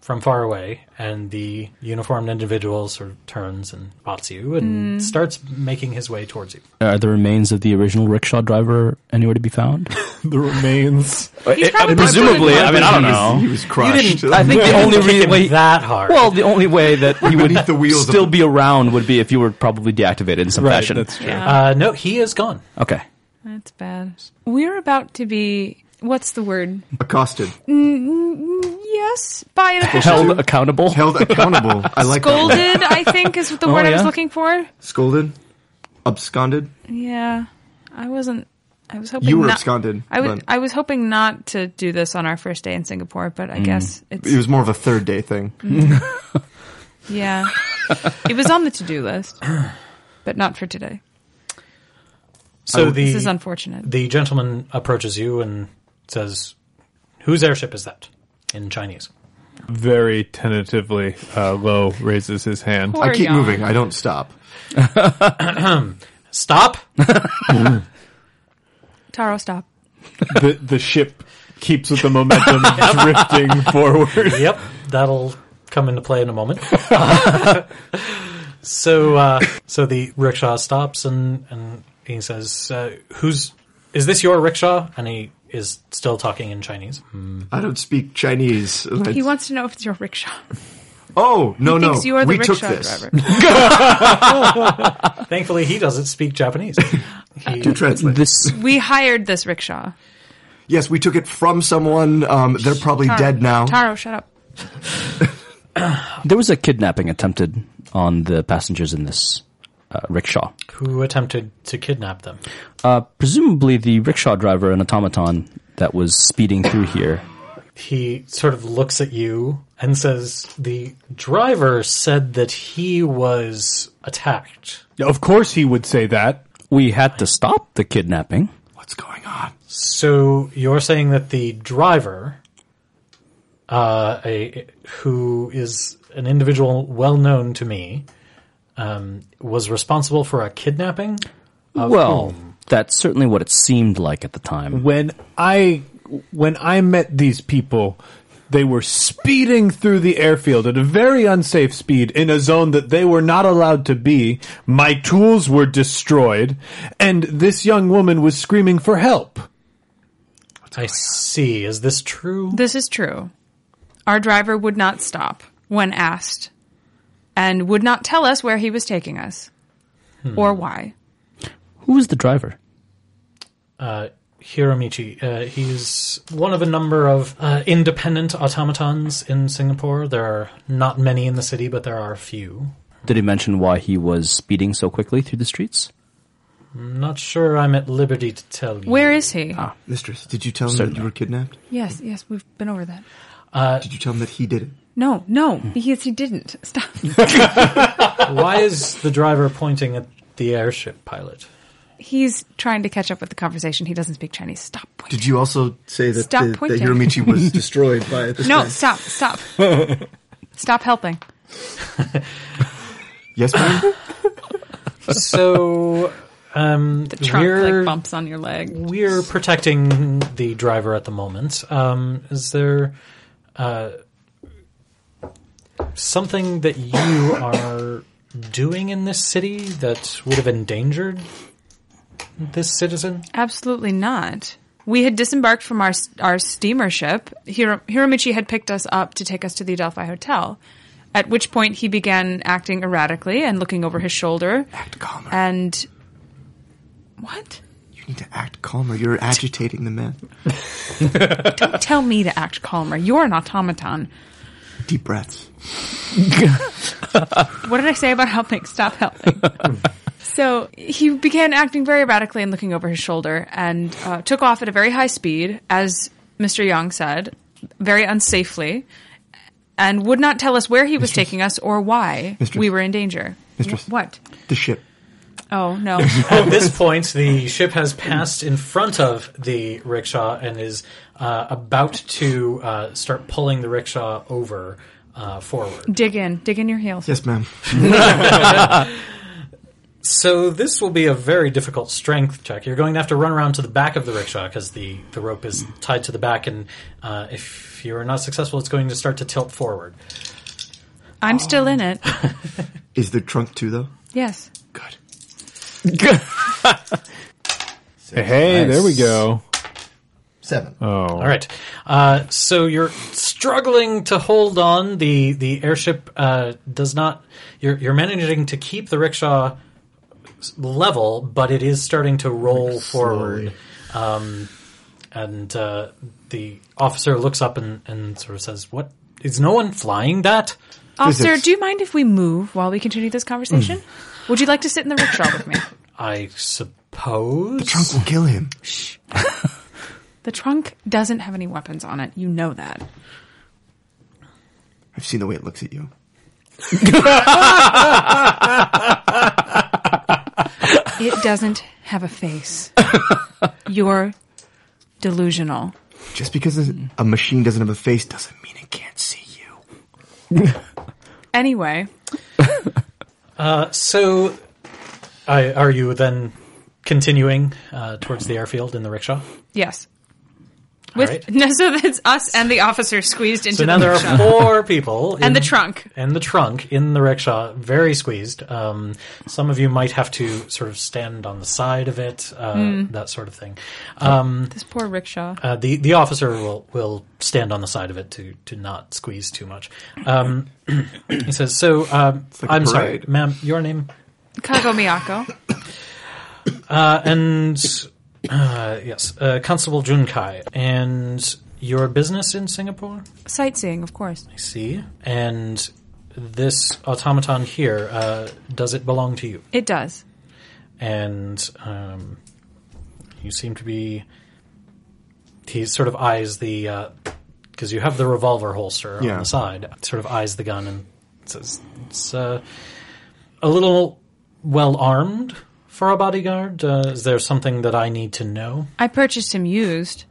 [SPEAKER 6] from far away, and the uniformed individual sort of turns and spots you
[SPEAKER 4] Hmm.
[SPEAKER 6] and starts making his way towards you.
[SPEAKER 7] Are the remains of the original rickshaw driver anywhere to be found?
[SPEAKER 1] The remains.
[SPEAKER 4] He's probably
[SPEAKER 7] presumably, I mean, I don't
[SPEAKER 3] He
[SPEAKER 7] know.
[SPEAKER 3] was crushed.
[SPEAKER 7] I think the only
[SPEAKER 6] Kick
[SPEAKER 7] reason
[SPEAKER 6] him that hard.
[SPEAKER 7] Well, the only way that he would
[SPEAKER 3] Beneath the wheels of-
[SPEAKER 7] still be around would be if you were probably deactivated in some fashion.
[SPEAKER 1] That's true.
[SPEAKER 6] uh, no, he is gone.
[SPEAKER 7] Okay.
[SPEAKER 4] That's bad. We're about to be. What's the word?
[SPEAKER 3] accosted,
[SPEAKER 4] Yes, by an official.
[SPEAKER 7] Held accountable.
[SPEAKER 3] held accountable. I like that word.
[SPEAKER 4] Scolded, I think, is the
[SPEAKER 7] Oh,
[SPEAKER 4] word I was
[SPEAKER 7] yeah?
[SPEAKER 4] looking for.
[SPEAKER 3] scolded, absconded.
[SPEAKER 4] Yeah, I wasn't. I was hoping
[SPEAKER 3] You were
[SPEAKER 4] not-
[SPEAKER 3] absconded,
[SPEAKER 4] I was.
[SPEAKER 3] but-
[SPEAKER 4] I was hoping not to do this on our first day in Singapore, but I guess it's.
[SPEAKER 3] It was more of a third day thing.
[SPEAKER 4] yeah, it was on the to-do list, but not for today.
[SPEAKER 6] So the
[SPEAKER 4] This is unfortunate.
[SPEAKER 6] the gentleman approaches you and says, "Whose airship is that?" In Chinese.
[SPEAKER 1] Very tentatively, uh, Lo raises his hand.
[SPEAKER 4] Poor
[SPEAKER 3] I keep
[SPEAKER 4] Jan.
[SPEAKER 3] moving. I don't stop.
[SPEAKER 6] Stop.
[SPEAKER 4] Taro, stop.
[SPEAKER 1] The the ship keeps with the momentum drifting forward.
[SPEAKER 6] yep, that'll come into play in a moment. Uh, so, uh, so the rickshaw stops and and he says, uh, "Who's is this your rickshaw?" And he is still talking in Chinese.
[SPEAKER 3] I don't speak Chinese. And I-
[SPEAKER 4] He wants to know if it's your rickshaw.
[SPEAKER 3] oh no, no,
[SPEAKER 4] Thinks you are the
[SPEAKER 3] we
[SPEAKER 4] rickshaw
[SPEAKER 3] took this.
[SPEAKER 4] driver.
[SPEAKER 6] Thankfully, he doesn't speak Japanese. He,
[SPEAKER 3] Do translate.
[SPEAKER 7] This
[SPEAKER 4] We hired this rickshaw.
[SPEAKER 3] yes, we took it from someone. Um, they're probably
[SPEAKER 4] Taro,
[SPEAKER 3] dead now.
[SPEAKER 4] Taro, shut up.
[SPEAKER 7] there was a kidnapping attempted on the passengers in this uh, rickshaw.
[SPEAKER 6] who attempted to kidnap them?
[SPEAKER 7] Uh, presumably, the rickshaw driver, an automaton that was speeding through here.
[SPEAKER 6] He sort of looks at you and says, "The driver said that he was attacked."
[SPEAKER 1] Of course, he would say that.
[SPEAKER 7] We had to stop the kidnapping.
[SPEAKER 3] What's going on?
[SPEAKER 6] So you're saying that the driver, uh, a, who is an individual well known to me, um, was responsible for a kidnapping?
[SPEAKER 7] well, that's certainly what it seemed like at the time.
[SPEAKER 1] When I when I met these people, they were speeding through the airfield at a very unsafe speed in a zone that they were not allowed to be. My tools were destroyed, and this young woman was screaming for help.
[SPEAKER 6] I see. Is this true?
[SPEAKER 4] This is true. Our driver would not stop when asked and would not tell us where he was taking us
[SPEAKER 3] Hmm.
[SPEAKER 4] or why.
[SPEAKER 7] Who was the driver?
[SPEAKER 6] Hiromichi. Uh, he's one of a number of uh, independent automatons in Singapore. There are not many in the city, but there are a few.
[SPEAKER 7] Did he mention why he was speeding so quickly through the streets?
[SPEAKER 6] I'm not sure I'm at liberty to tell you.
[SPEAKER 4] Where is he?
[SPEAKER 3] Ah, Mistress, did you tell him that you were kidnapped?
[SPEAKER 4] Yes, yes, we've been over that.
[SPEAKER 3] Did you tell him that he did it?
[SPEAKER 4] No, no, because he didn't. Stop.
[SPEAKER 6] Why is the driver pointing at the airship pilot?
[SPEAKER 4] He's trying to catch up with the conversation. He doesn't speak Chinese. Stop. pointing.
[SPEAKER 3] Did you also say that
[SPEAKER 4] Stop
[SPEAKER 3] the, that
[SPEAKER 4] pointing.
[SPEAKER 3] Hiromichi was destroyed by this?
[SPEAKER 4] No,
[SPEAKER 3] man?
[SPEAKER 4] stop, stop. stop helping.
[SPEAKER 3] Yes, ma'am.
[SPEAKER 6] So. Um,
[SPEAKER 4] The trunk
[SPEAKER 6] we're-
[SPEAKER 4] like bumps on your leg.
[SPEAKER 6] We're protecting the driver at the moment. Um, is there uh, something that you are doing in this city that would have endangered this citizen?
[SPEAKER 4] Absolutely not. We had disembarked from our our steamer ship. Hiro, Hiromichi had picked us up to take us to the Adelphi Hotel, at which point he began acting erratically and looking over his shoulder.
[SPEAKER 3] Act calmer.
[SPEAKER 4] And what?
[SPEAKER 3] you need to act calmer. You're agitating the man.
[SPEAKER 4] Tell me to act calmer. You're an automaton.
[SPEAKER 3] Deep breaths.
[SPEAKER 4] What did I say about helping? Stop helping. so he began acting very erratically and looking over his shoulder and uh, took off at a very high speed, as Mr. Young said, very unsafely, and would not tell us where he was taking us or why
[SPEAKER 3] Mistress.
[SPEAKER 4] we were in danger.
[SPEAKER 3] Mistress.
[SPEAKER 4] Wh- What?
[SPEAKER 3] The ship.
[SPEAKER 4] Oh, no.
[SPEAKER 6] At this point, the ship has passed in front of the rickshaw and is uh, about to uh, start pulling the rickshaw over uh, forward.
[SPEAKER 4] Dig in. Dig in your heels.
[SPEAKER 3] Yes, ma'am.
[SPEAKER 6] So this will be a very difficult strength check. You're going to have to run around to the back of the rickshaw because the, the rope is tied to the back, and uh, if you're not successful, it's going to start to tilt forward.
[SPEAKER 4] I'm still
[SPEAKER 3] Oh.
[SPEAKER 4] in it.
[SPEAKER 3] Is there trunk too though?
[SPEAKER 4] Yes.
[SPEAKER 3] Good.
[SPEAKER 1] Hey, there we go.
[SPEAKER 3] Seven.
[SPEAKER 6] All right. Uh, so you're struggling to hold on. The the airship uh, does not. You're, you're managing to keep the rickshaw s- level, but it is starting to roll forward. Um, and uh, the officer looks up and, and sort of says, "What is no one flying that?"
[SPEAKER 4] Officer,
[SPEAKER 3] Physics. Mm.
[SPEAKER 4] do you mind if we move while we continue this conversation? Would you like to sit in the rickshaw with me?
[SPEAKER 6] I suppose.
[SPEAKER 3] Trunk will kill him.
[SPEAKER 4] The trunk doesn't have any weapons on it. You know that.
[SPEAKER 3] I've seen the way it looks at you.
[SPEAKER 4] It doesn't have a face. You're delusional.
[SPEAKER 3] Just because a a machine doesn't have a face doesn't mean it can't see you.
[SPEAKER 4] Anyway,
[SPEAKER 6] So, I, are you then continuing uh, towards the airfield in the rickshaw?
[SPEAKER 4] yes. With
[SPEAKER 6] right.
[SPEAKER 4] no, so that's us and the officer squeezed into
[SPEAKER 6] So now
[SPEAKER 4] the
[SPEAKER 6] there
[SPEAKER 4] rickshaw.
[SPEAKER 6] are four people
[SPEAKER 4] and the
[SPEAKER 6] in-
[SPEAKER 4] trunk.
[SPEAKER 6] and the trunk in the rickshaw, very squeezed. Um, some of you might have to sort of stand on the side of it, uh,
[SPEAKER 4] Hmm.
[SPEAKER 6] that sort of thing.
[SPEAKER 4] This poor rickshaw.
[SPEAKER 6] Uh, the the officer will will stand on the side of it to to not squeeze too much. Um, he says, "So um,
[SPEAKER 3] like a
[SPEAKER 6] I'm sorry,
[SPEAKER 3] parade.
[SPEAKER 6] ma'am, your name."
[SPEAKER 4] Kago Miyako.
[SPEAKER 6] Uh, and uh, yes, uh, Constable Junkai, and your business in Singapore.
[SPEAKER 4] Sightseeing, of course.
[SPEAKER 6] I see. And this automaton here, uh, does it belong to you?
[SPEAKER 4] It does.
[SPEAKER 6] and um, you seem to be. He sort of eyes the because you have the revolver holster on
[SPEAKER 3] Yeah.
[SPEAKER 6] the side. Sort of eyes the gun and says, "It's uh, a little well armed for a bodyguard. Uh, is there something that I need to know?
[SPEAKER 4] I purchased him used.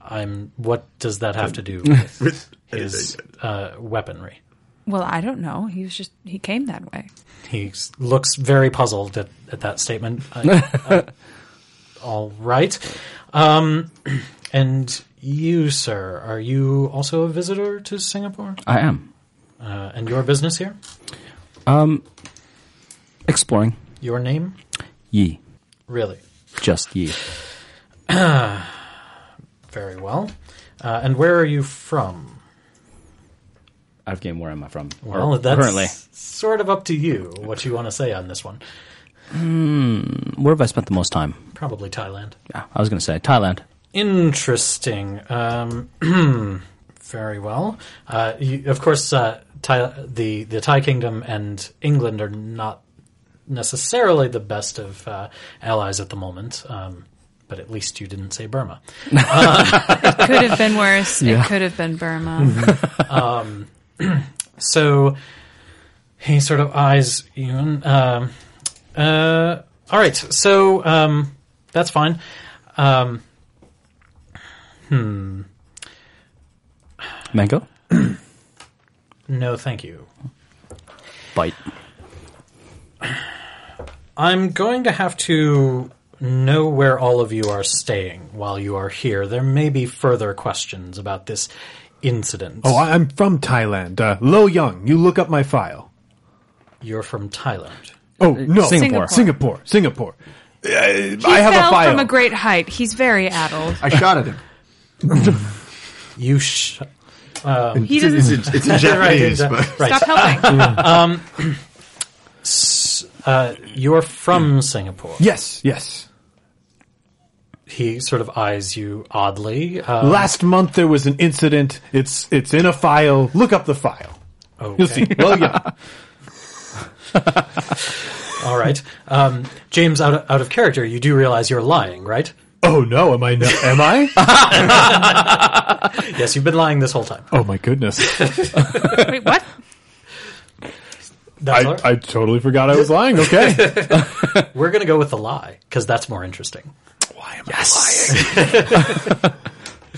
[SPEAKER 6] I'm. What does that have to do with his uh, weaponry?"
[SPEAKER 4] Well, I don't know. He was just he came that way.
[SPEAKER 6] He s- looks very puzzled at, at that statement. I- I- all right. Um, and you, sir, are you also a visitor to Singapore
[SPEAKER 7] I am
[SPEAKER 6] uh, and your business here?
[SPEAKER 7] exploring.
[SPEAKER 6] Your name?
[SPEAKER 7] Ye,
[SPEAKER 6] Really?
[SPEAKER 7] just ye.
[SPEAKER 6] Very well. Uh, and where are you from?
[SPEAKER 7] Out of game. Where am I from?
[SPEAKER 6] Well,
[SPEAKER 7] Or-
[SPEAKER 6] that's
[SPEAKER 7] currently.
[SPEAKER 6] sort of up to you what you want to say on this one.
[SPEAKER 7] Where have I spent the most time?
[SPEAKER 6] Probably Thailand.
[SPEAKER 7] Yeah, I was going to say Thailand.
[SPEAKER 6] Interesting. Um, very well. Uh, you, of course, uh, Thai, the the Thai kingdom and England are not necessarily the best of uh, allies at the moment. Um, but at least you didn't say Burma.
[SPEAKER 4] Could have been worse. It could have been Burma.
[SPEAKER 6] So he sort of eyes you. And, um, uh, all right. So um, that's fine. Um,
[SPEAKER 7] Mango?
[SPEAKER 6] no, thank you.
[SPEAKER 7] Bite.
[SPEAKER 6] I'm going to have to know where all of you are staying while you are here. There may be further questions about this incident.
[SPEAKER 1] Oh, I- I'm from Thailand. Uh, Lo Young, you look up my file.
[SPEAKER 6] You're from Thailand.
[SPEAKER 1] Oh no,
[SPEAKER 7] Singapore.
[SPEAKER 1] Singapore, Singapore. Uh,
[SPEAKER 4] He
[SPEAKER 1] I have
[SPEAKER 4] fell
[SPEAKER 1] a file.
[SPEAKER 4] from a great height. He's very addled.
[SPEAKER 3] I shot at him.
[SPEAKER 6] You sh-
[SPEAKER 4] He
[SPEAKER 3] It's,
[SPEAKER 4] doesn't
[SPEAKER 3] it's, it's in Japanese,
[SPEAKER 6] right,
[SPEAKER 3] but
[SPEAKER 6] right.
[SPEAKER 4] stop helping.
[SPEAKER 6] Uh, you're from Singapore.
[SPEAKER 1] yes, yes.
[SPEAKER 6] He sort of eyes you oddly. Uh,
[SPEAKER 1] Last month there was an incident. It's it's in a file. Look up the file.
[SPEAKER 6] okay.
[SPEAKER 1] You'll see. Lo Young.
[SPEAKER 6] All right, um, James. Out of, out of character, you do realize you're lying, right?
[SPEAKER 1] Oh no, am I? No, am I?
[SPEAKER 6] Yes, you've been lying this whole time.
[SPEAKER 1] Oh my goodness.
[SPEAKER 4] Wait, what?
[SPEAKER 6] That's all
[SPEAKER 1] I,
[SPEAKER 6] right.
[SPEAKER 1] I totally forgot I was lying. Okay.
[SPEAKER 6] We're going to go with the lie because that's more interesting.
[SPEAKER 1] Why am I lying?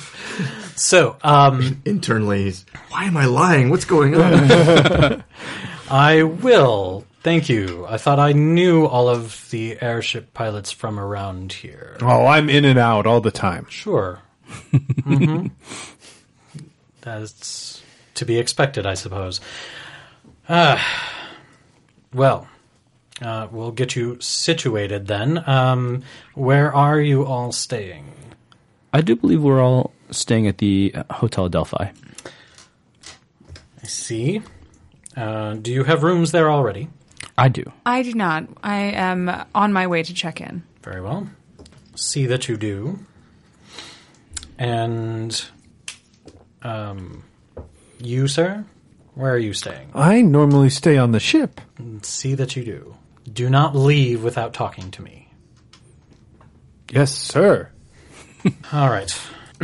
[SPEAKER 6] So, um,
[SPEAKER 3] Internally, he's, why am I lying? What's going on?
[SPEAKER 6] I will. Thank you. I thought I knew all of the airship pilots from around here.
[SPEAKER 1] Oh, I'm in and out all the time.
[SPEAKER 6] Sure. hmm That's to be expected, I suppose. Uh, well, uh, we'll get you situated then. Um, where are you all staying?
[SPEAKER 7] I do believe we're all staying at the uh, Hotel Delphi.
[SPEAKER 6] I see. Uh, do you have rooms there already?
[SPEAKER 7] I do.
[SPEAKER 4] I do not. I am on my way to check in.
[SPEAKER 6] Very well. See that you do. And um, you, sir, where are you staying?
[SPEAKER 1] I normally stay on the ship.
[SPEAKER 6] See that you do. Do not leave without talking to me.
[SPEAKER 1] Yes, sir.
[SPEAKER 6] All right.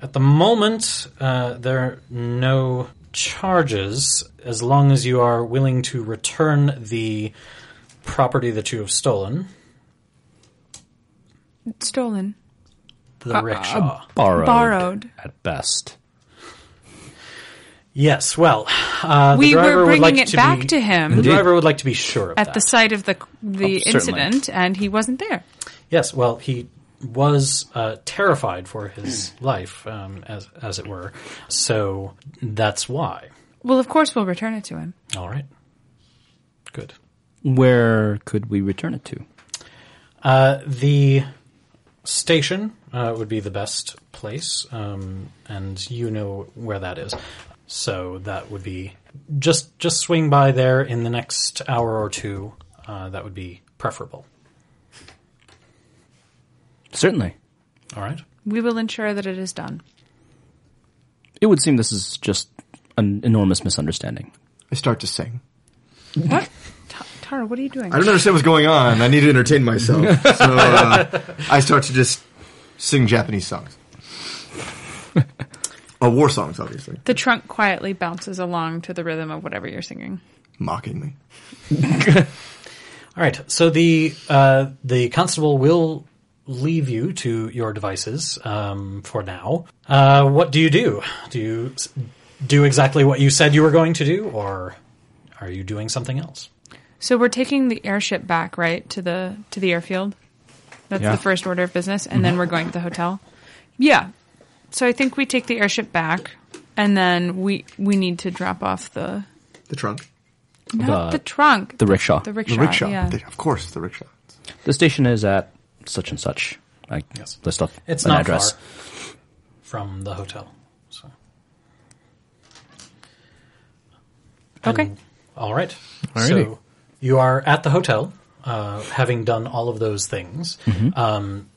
[SPEAKER 6] At the moment, uh, there are no charges as long as you are willing to return the property that you have stolen,
[SPEAKER 4] Stolen.
[SPEAKER 6] the rickshaw.
[SPEAKER 7] Borrowed.
[SPEAKER 4] Borrowed.
[SPEAKER 7] At best.
[SPEAKER 6] yes, well, uh, the
[SPEAKER 4] we
[SPEAKER 6] driver
[SPEAKER 4] were
[SPEAKER 6] would
[SPEAKER 4] bringing
[SPEAKER 6] like
[SPEAKER 4] it
[SPEAKER 6] to
[SPEAKER 4] back
[SPEAKER 6] be-
[SPEAKER 4] to
[SPEAKER 6] The
[SPEAKER 4] him
[SPEAKER 6] driver Oh, would like to be sure of
[SPEAKER 4] at
[SPEAKER 6] that.
[SPEAKER 4] the site of the
[SPEAKER 7] certainly.
[SPEAKER 4] the incident, and he wasn't there.
[SPEAKER 6] Yes, well, he was uh, terrified for his life, um, as as it were. So that's why.
[SPEAKER 4] Well, of course, we'll return it to him.
[SPEAKER 6] All right, good.
[SPEAKER 7] Where could we return it to?
[SPEAKER 6] Uh, the station uh, would be the best place, um, and you know where that is. So that would be just just swing by there in the next hour or two. Uh, that would be preferable.
[SPEAKER 7] Certainly.
[SPEAKER 6] All right.
[SPEAKER 4] We will ensure that it is done.
[SPEAKER 7] It would seem this is just an enormous misunderstanding.
[SPEAKER 3] I start to sing.
[SPEAKER 4] What? Ta- Tara, what are you doing?
[SPEAKER 3] I don't understand what's going on. I need to entertain myself. So uh, I start to just sing Japanese songs. Uh, war songs, obviously.
[SPEAKER 4] The trunk quietly bounces along to the rhythm of whatever you're singing.
[SPEAKER 3] Mocking me.
[SPEAKER 6] All right. So the uh, the constable will leave you to your devices um, for now. Uh, what do you do? Do you s- do exactly what you said you were going to do, or are you doing something else?
[SPEAKER 4] So we're taking the airship back, right, to the to the airfield. That's
[SPEAKER 7] Yeah.
[SPEAKER 4] the first order of business, and
[SPEAKER 6] Mm-hmm.
[SPEAKER 4] then we're going to the hotel. Yeah. So I think we take the airship back, and then we we need to drop off the
[SPEAKER 3] The trunk.
[SPEAKER 4] not
[SPEAKER 7] The-
[SPEAKER 4] the, trunk,
[SPEAKER 7] The rickshaw.
[SPEAKER 3] The
[SPEAKER 4] the rickshaw.
[SPEAKER 3] rickshaw.
[SPEAKER 4] Yeah.
[SPEAKER 3] The- of course, the rickshaw.
[SPEAKER 7] The station is at such and such. Like
[SPEAKER 6] Yes.
[SPEAKER 7] list off
[SPEAKER 6] It's
[SPEAKER 7] an
[SPEAKER 6] not
[SPEAKER 7] address.
[SPEAKER 6] far from the hotel. So
[SPEAKER 4] okay.
[SPEAKER 6] all right.
[SPEAKER 1] Alrighty.
[SPEAKER 6] So you are at the hotel, uh, having done all of those things. Um,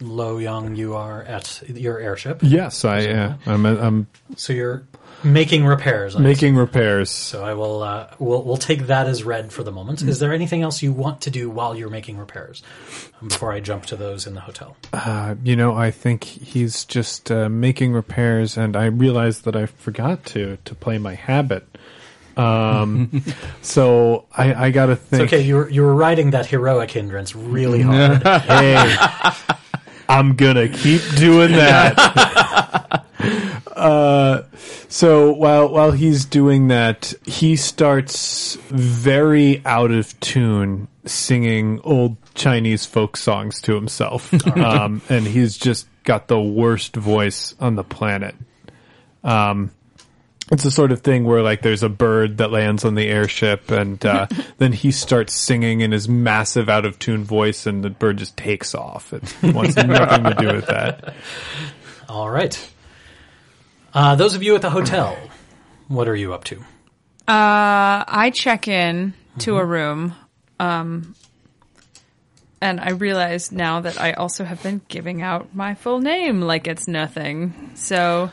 [SPEAKER 6] Lo Young, you are at your airship.
[SPEAKER 1] Yes, I uh, I'm I'm
[SPEAKER 6] So you're making repairs. I
[SPEAKER 1] making repairs.
[SPEAKER 6] So I will uh, we'll, we'll take that as read for the moment. Is there anything else you want to do while you're making repairs um, before I jump to those in the hotel?
[SPEAKER 1] Uh, you know, I think he's just uh, making repairs, and I realized that I forgot to to play my habit. Um, so I I gotta
[SPEAKER 6] It's
[SPEAKER 1] think.
[SPEAKER 6] okay, you were, you were riding that heroic hindrance really hard.
[SPEAKER 1] hey, I'm gonna keep doing that. uh, so while while he's doing that, he starts very out of tune singing old Chinese folk songs to himself, um, and he's just got the worst voice on the planet. It's the sort of thing where like there's a bird that lands on the airship, and uh, then he starts singing in his massive out of tune voice, and the bird just takes off. It wants nothing to do with that.
[SPEAKER 6] All right. Uh, those of you at the hotel, what are you up to?
[SPEAKER 4] I check in to
[SPEAKER 3] Mm-hmm.
[SPEAKER 4] a room, um, and I realize now that I also have been giving out my full name like it's nothing. So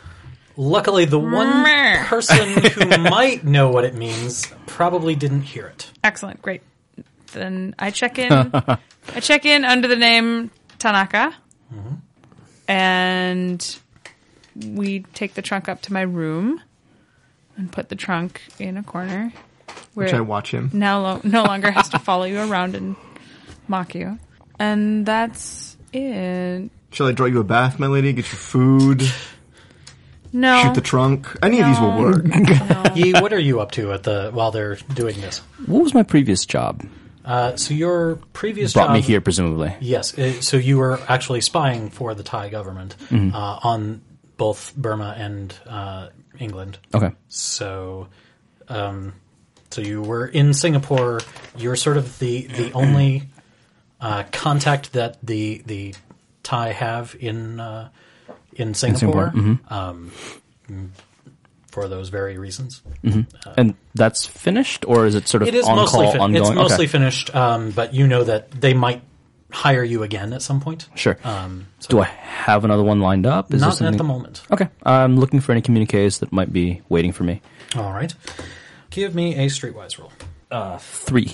[SPEAKER 6] Luckily, the one
[SPEAKER 4] Meh.
[SPEAKER 6] person who might know what it means probably didn't hear it.
[SPEAKER 4] excellent, great. Then I check in. I check in under the name Tanaka,
[SPEAKER 3] Mm-hmm.
[SPEAKER 4] and we take the trunk up to my room and put the trunk in a corner where
[SPEAKER 3] Which I watch him.
[SPEAKER 4] now lo- no longer has to follow you around and mock you. And that's it.
[SPEAKER 3] Shall I draw you a bath, my lady? Get you food?
[SPEAKER 4] No.
[SPEAKER 3] Shoot the trunk. Any of these will
[SPEAKER 4] No.
[SPEAKER 3] work.
[SPEAKER 6] Yee, what are you up to at the while they're doing this?
[SPEAKER 7] What was my previous job?
[SPEAKER 6] Uh, so your previous
[SPEAKER 7] Brought
[SPEAKER 6] job,
[SPEAKER 7] me here, presumably.
[SPEAKER 6] Yes. uh, So you were actually spying for the Thai government
[SPEAKER 7] Mm-hmm.
[SPEAKER 6] uh, on both Burma and uh, England.
[SPEAKER 7] Okay.
[SPEAKER 6] So, um, so you were in Singapore. You're sort of the the only uh, contact that the the Thai have in uh, in Singapore.
[SPEAKER 7] Singapore, mhm.
[SPEAKER 6] Um, mm, for those very reasons,
[SPEAKER 7] and that's finished, or is it sort of
[SPEAKER 6] it is
[SPEAKER 7] on
[SPEAKER 6] mostly
[SPEAKER 7] call,
[SPEAKER 6] fin-
[SPEAKER 7] ongoing?
[SPEAKER 6] it's mostly
[SPEAKER 7] okay.
[SPEAKER 6] finished. Um, but you know that they might hire you again at some point.
[SPEAKER 7] Sure.
[SPEAKER 6] Um, so
[SPEAKER 7] Do I have another one lined up? Is there
[SPEAKER 6] not at
[SPEAKER 7] something-
[SPEAKER 6] the moment.
[SPEAKER 7] Okay. I'm looking for any communiques that might be waiting for me.
[SPEAKER 6] All right. Give me a streetwise roll.
[SPEAKER 7] Three.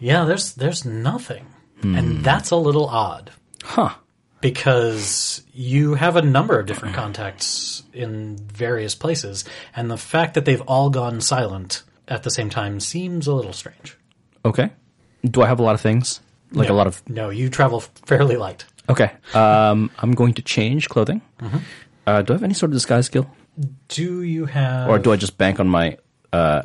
[SPEAKER 6] Yeah, there's there's nothing. And that's a little odd.
[SPEAKER 7] Hmm. Huh.
[SPEAKER 6] Because you have a number of different contacts in various places, and the fact that they've all gone silent at the same time seems a little strange.
[SPEAKER 7] Okay. Do I have a lot of things? Like
[SPEAKER 6] No.
[SPEAKER 7] a lot of.
[SPEAKER 6] No, you travel fairly light.
[SPEAKER 7] Okay. Um, I'm going to change clothing.
[SPEAKER 6] Mm-hmm.
[SPEAKER 7] Uh, do I have any sort of disguise skill?
[SPEAKER 6] Do you have
[SPEAKER 7] Or do I just bank on my uh,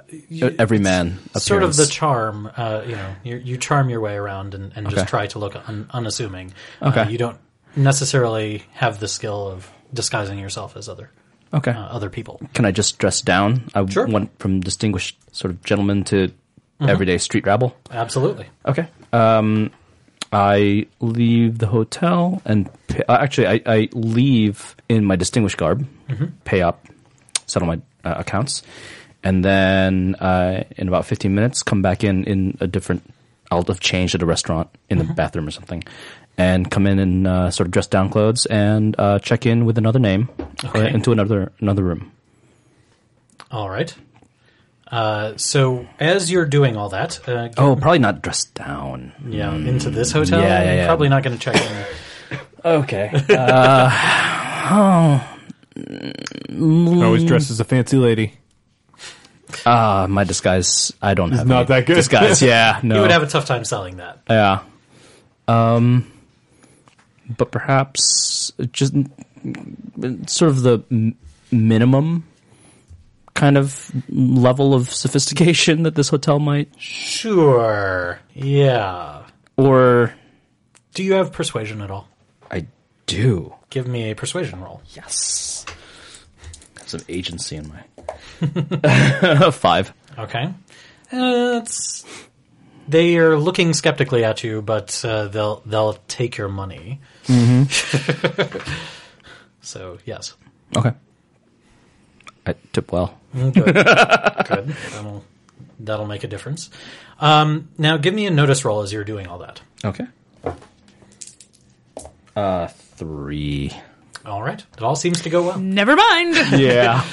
[SPEAKER 7] everyman appearance?
[SPEAKER 6] sort of the charm? Uh, you know, you, you charm your way around and, and just
[SPEAKER 7] Okay.
[SPEAKER 6] try to look un- unassuming. uh,
[SPEAKER 7] Okay.
[SPEAKER 6] you don't necessarily have the skill of disguising yourself as other
[SPEAKER 7] okay.
[SPEAKER 6] uh, other people.
[SPEAKER 7] Can I just dress down? I
[SPEAKER 6] Sure. Mm-hmm.
[SPEAKER 7] went from distinguished sort of gentleman to everyday street rabble.
[SPEAKER 6] Absolutely.
[SPEAKER 7] Okay. Um, I leave the hotel and pay, uh, actually I, I leave in my distinguished garb,
[SPEAKER 6] Mm-hmm.
[SPEAKER 7] pay up, settle my uh, accounts, and then uh, in about fifteen minutes come back in in a different. I'll have changed at a restaurant in
[SPEAKER 6] Mm-hmm.
[SPEAKER 7] the bathroom or something, and come in and uh, sort of dress down clothes and uh, check in with another name uh,
[SPEAKER 6] Okay.
[SPEAKER 7] into another another room.
[SPEAKER 6] All right. Uh, so as you're doing all that, uh,
[SPEAKER 7] Oh, probably not dressed down.
[SPEAKER 6] yeah, into this hotel,
[SPEAKER 7] yeah, yeah,
[SPEAKER 6] you're
[SPEAKER 7] yeah.
[SPEAKER 6] probably not going to check in.
[SPEAKER 7] Okay.
[SPEAKER 1] Always dressed as a fancy lady.
[SPEAKER 7] Uh, my disguise, I don't have
[SPEAKER 1] not
[SPEAKER 7] any
[SPEAKER 1] that good.
[SPEAKER 7] disguise. Yeah, no,
[SPEAKER 6] You would have a tough time selling that.
[SPEAKER 7] yeah. Um, but perhaps just mm, sort of the m- minimum kind of level of sophistication that this hotel might,
[SPEAKER 6] Sure. Yeah.
[SPEAKER 7] or
[SPEAKER 6] Do you have persuasion at all?
[SPEAKER 7] I do.
[SPEAKER 6] Give me a persuasion roll.
[SPEAKER 7] Yes, have some agency in my five.
[SPEAKER 6] Okay. Uh, it's, they are looking skeptically at you, but uh, they'll they'll take your money.
[SPEAKER 7] Mm-hmm.
[SPEAKER 6] so yes,
[SPEAKER 7] Okay, I tip well.
[SPEAKER 6] Mm, Good. Good. That'll, that'll make a difference. Um, now, give me a notice roll as you're doing all that.
[SPEAKER 7] Okay, uh, three.
[SPEAKER 6] All right. It all seems to go well.
[SPEAKER 4] Never mind.
[SPEAKER 7] Yeah.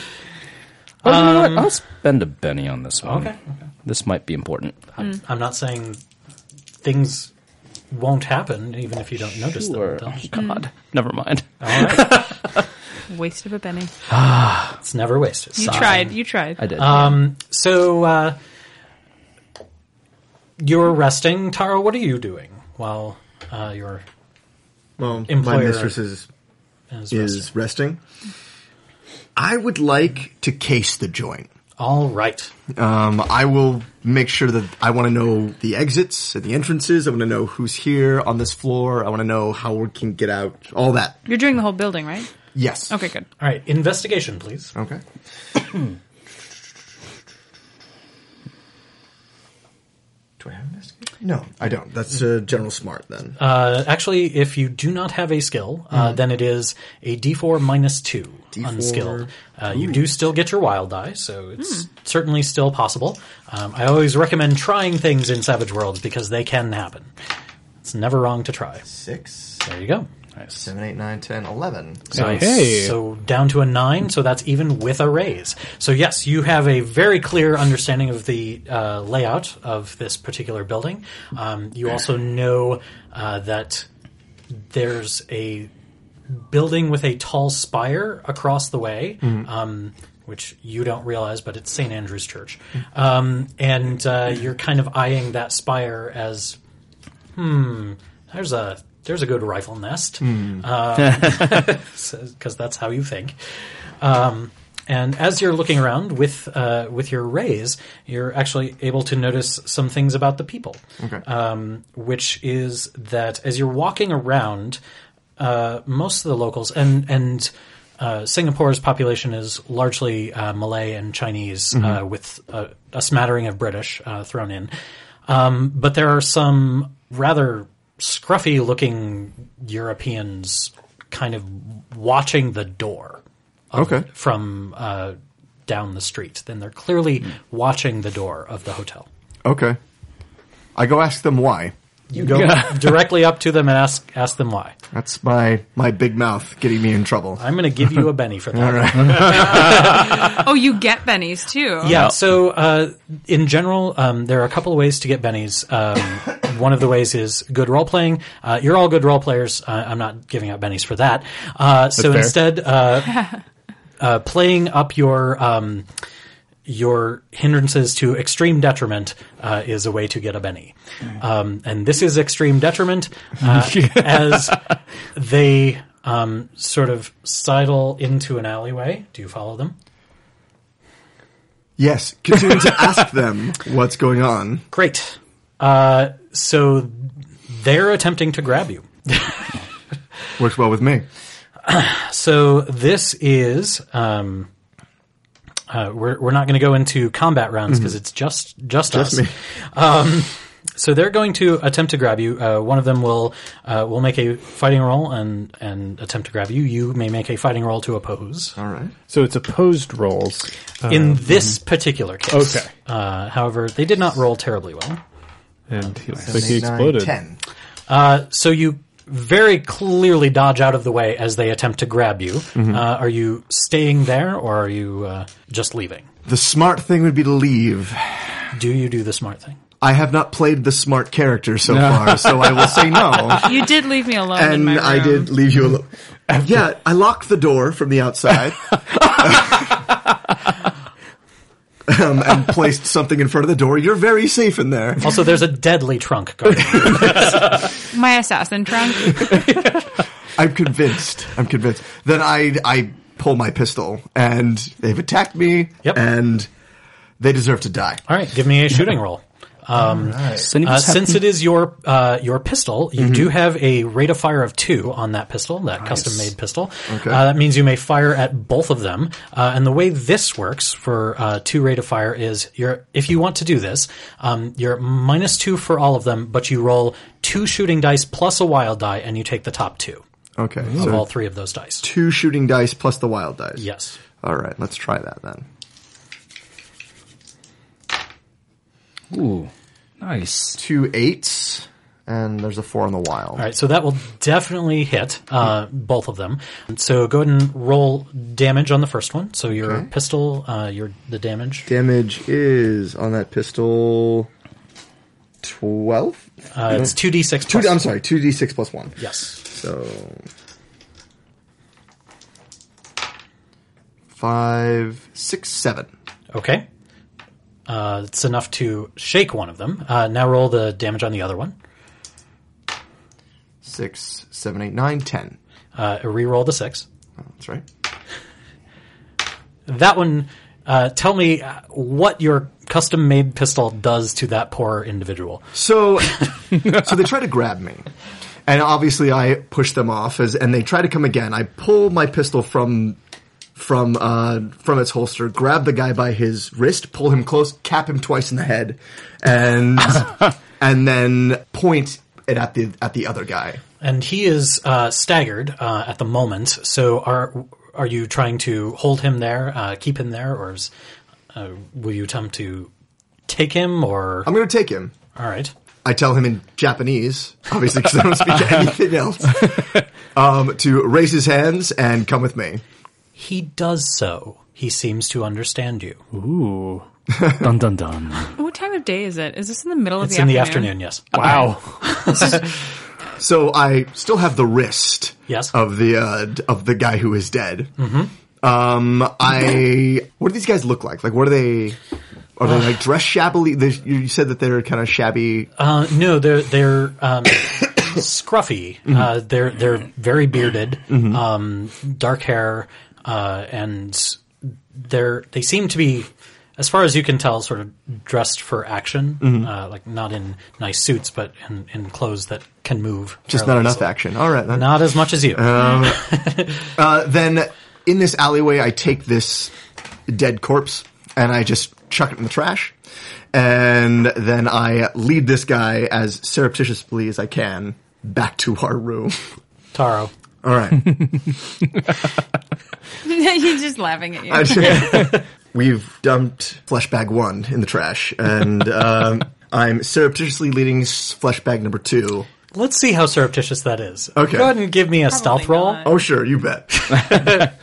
[SPEAKER 7] Well, you know what? I'll spend a penny on this one.
[SPEAKER 6] Um, Okay,
[SPEAKER 7] This might be important.
[SPEAKER 6] I'm not saying things won't happen, even if you don't notice
[SPEAKER 7] Sure.
[SPEAKER 6] them. They'll-
[SPEAKER 7] God, never mind.
[SPEAKER 6] Mm. All right.
[SPEAKER 4] Waste of a penny.
[SPEAKER 6] it's never wasted.
[SPEAKER 4] You tried. You tried.
[SPEAKER 7] I did.
[SPEAKER 6] Uh, So, uh, you're resting. Tara, what are you doing while uh, you're
[SPEAKER 3] Well,
[SPEAKER 6] Employer.
[SPEAKER 3] my mistress is,
[SPEAKER 6] is, resting?
[SPEAKER 3] is resting. I would like to case the joint.
[SPEAKER 6] All right.
[SPEAKER 3] Um, I will make sure that I want to know the exits and the entrances. I want to know who's here on this floor. I want to know how we can get out. All that.
[SPEAKER 4] You're doing the whole building, right?
[SPEAKER 3] Yes.
[SPEAKER 4] Okay, good.
[SPEAKER 6] All right. Investigation, please.
[SPEAKER 3] Okay. Do I have investigation? No, I don't. That's uh, general smart then.
[SPEAKER 6] Uh, actually, if you do not have a skill, uh, then it is a D4 minus two
[SPEAKER 3] D4.
[SPEAKER 6] unskilled. Uh, you do still get your wild die, so it's certainly still possible. Um, I always recommend trying things in Savage Worlds because they can happen. It's never wrong to try.
[SPEAKER 3] Six,
[SPEAKER 6] There you go.
[SPEAKER 3] seven, eight, nine, ten, eleven.
[SPEAKER 6] So,
[SPEAKER 1] Hey.
[SPEAKER 6] so down to a nine, so that's even with a raise. So yes, you have a very clear understanding of the uh, layout of this particular building. Um, you also know uh, that there's a building with a tall spire across the way, um, which you don't realize, but it's St. Andrew's Church. Um, and uh, you're kind of eyeing that spire as, hmm, there's a there's a good rifle nest because that's how you think. Um, and as you're looking around with uh, with your rays, you're actually able to notice some things about the people. Okay. Um, which is that as you're walking around, uh, most of the locals and and uh, Singapore's population is largely uh, Malay and Chinese, uh, with a, a smattering of British uh, thrown in. Um, but there are some rather scruffy looking Europeans kind of watching the door
[SPEAKER 3] Okay.
[SPEAKER 6] from uh, down the street. Then they're clearly watching the door of the hotel.
[SPEAKER 3] Okay. I go ask them why.
[SPEAKER 6] You go directly up to them and ask ask them why.
[SPEAKER 3] That's my my big mouth getting me in trouble.
[SPEAKER 6] I'm going to give you a Benny for that.
[SPEAKER 4] Oh, you get bennies too.
[SPEAKER 6] Yeah. So uh, in general, um, there are a couple of ways to get bennies. Um, one of the ways is good role playing. Uh, you're all good role players. Uh, I'm not giving out bennies for that. Uh, so
[SPEAKER 1] fair.
[SPEAKER 6] instead, uh, uh, playing up your um, your hindrances to extreme detriment uh, is a way to get a benny. Um, and this is extreme detriment uh, as they um, sort of sidle into an alleyway. Do you follow them?
[SPEAKER 3] Yes, continuing to ask them what's going on.
[SPEAKER 6] Great. Uh, so they're attempting to grab you.
[SPEAKER 3] Works well with me.
[SPEAKER 6] So this is um, uh, we're we're not going to go into combat rounds because it's just just, us.
[SPEAKER 3] me.
[SPEAKER 6] Um, so they're going to attempt to grab you. Uh, one of them will uh, will make a fighting roll and and attempt to grab you. You may make a fighting roll to oppose.
[SPEAKER 3] All right.
[SPEAKER 1] So it's opposed rolls.
[SPEAKER 6] In this particular case,
[SPEAKER 1] Okay.
[SPEAKER 6] Uh, however, they did not roll terribly well.
[SPEAKER 1] And he looks like he exploded.
[SPEAKER 3] Ten.
[SPEAKER 6] so you very clearly dodge out of the way as they attempt to grab you. Uh, are you staying there or are you uh, just leaving?
[SPEAKER 3] The smart thing would be to leave.
[SPEAKER 6] Do you do the smart thing?
[SPEAKER 3] I have not played the smart character so far, so I will say no.
[SPEAKER 4] You did leave me alone in
[SPEAKER 3] and
[SPEAKER 4] my room.
[SPEAKER 3] I did leave you alone. Yeah, I locked the door from the outside. um, and placed something in front of the door. You're very safe in there.
[SPEAKER 6] Also, there's a deadly trunk guarding you.
[SPEAKER 4] My assassin trunk.
[SPEAKER 3] I'm convinced. I'm convinced. Then I I pull my pistol, and they've attacked me,
[SPEAKER 6] Yep.
[SPEAKER 3] and they deserve to die.
[SPEAKER 6] All right, give me a shooting roll. Um,
[SPEAKER 7] So any of
[SPEAKER 6] uh,
[SPEAKER 7] this
[SPEAKER 6] since
[SPEAKER 7] happen-
[SPEAKER 6] it is your uh, your pistol, you
[SPEAKER 3] Mm-hmm.
[SPEAKER 6] do have a rate of fire of two on that pistol, that custom made pistol.
[SPEAKER 3] Okay.
[SPEAKER 6] Uh, that means you may fire at both of them. Uh, and the way this works for uh, two rate of fire is you're if you want to do this, um, you're minus two for all of them, but you roll two shooting dice plus a wild die, and you take the top two
[SPEAKER 3] Okay,
[SPEAKER 6] of
[SPEAKER 3] so
[SPEAKER 6] all three of those dice.
[SPEAKER 3] two shooting dice plus the wild dice.
[SPEAKER 6] Yes.
[SPEAKER 3] All right, let's try that then.
[SPEAKER 7] Ooh, nice.
[SPEAKER 3] Two eights, and there's a four on the wild.
[SPEAKER 6] All right, so that will definitely hit uh, both of them. So go ahead and roll damage on the first one. So your pistol, uh, your the damage.
[SPEAKER 3] Damage is on that pistol. Twelve.
[SPEAKER 6] Uh, it's two d six.
[SPEAKER 3] Two. I'm sorry. Two d six plus one.
[SPEAKER 6] Yes.
[SPEAKER 3] So five, six, seven.
[SPEAKER 6] Okay. Uh, it's enough to shake one of them. Uh, now roll the damage on the other one.
[SPEAKER 3] Six, seven, eight, nine, ten.
[SPEAKER 6] Uh, reroll the six.
[SPEAKER 3] Oh, that's right.
[SPEAKER 6] That one. Uh, tell me uh, what your custom made pistol does to that poor individual.
[SPEAKER 3] So, so they try to grab me, and obviously I push them off. As and they try to come again. I pull my pistol from from uh, from its holster, grab the guy by his wrist, pull him close, cap him twice in the head, and and then point it at the at the other guy.
[SPEAKER 6] And he is uh, staggered uh, at the moment. So are are you trying to hold him there, uh, keep him there, or is, uh, will you attempt to take him? Or
[SPEAKER 3] I'm going to take him.
[SPEAKER 6] all right,
[SPEAKER 3] I tell him in Japanese, obviously, because I don't speak anything else, um, to raise his hands and come with me.
[SPEAKER 6] he does so. He seems to understand you.
[SPEAKER 1] Ooh.
[SPEAKER 7] Dun dun dun.
[SPEAKER 4] What time of day is it? Is this in the middle of
[SPEAKER 6] It's
[SPEAKER 4] the
[SPEAKER 6] in the afternoon.
[SPEAKER 4] afternoon?
[SPEAKER 6] Yes.
[SPEAKER 1] Wow.
[SPEAKER 3] So I still have the wrist
[SPEAKER 6] Yes.
[SPEAKER 3] of the uh, d- of the guy who is dead. Mm-hmm. Um, I what do these guys look like? Like, what are they? Are they like dressed shabbily? They, you you said that they're kind of shabby.
[SPEAKER 6] Uh, no, they're they're um,
[SPEAKER 3] Mm-hmm.
[SPEAKER 6] scruffy. Uh, they're they're very bearded, um, dark hair. uh, and they're they seem to be, as far as you can tell, sort of dressed for action,
[SPEAKER 3] Mm-hmm.
[SPEAKER 6] uh, like not in nice suits, but in, in clothes that can move.
[SPEAKER 3] Just not
[SPEAKER 6] fairly
[SPEAKER 3] enough
[SPEAKER 6] easily.
[SPEAKER 3] action. All right. Then.
[SPEAKER 6] Not as much as you.
[SPEAKER 3] Uh, then in this alleyway, I take this dead corpse and I just chuck it in the trash. And then I lead this guy as surreptitiously as I can back to our room.
[SPEAKER 6] Taro.
[SPEAKER 3] All right.
[SPEAKER 4] He's just laughing at you.
[SPEAKER 3] We've dumped fleshbag one in the trash, and um, I'm surreptitiously leading s- fleshbag number two.
[SPEAKER 6] Let's see how surreptitious that is.
[SPEAKER 3] Okay.
[SPEAKER 6] Go ahead and give me a stealth roll.
[SPEAKER 4] not.
[SPEAKER 3] Oh, sure, you bet.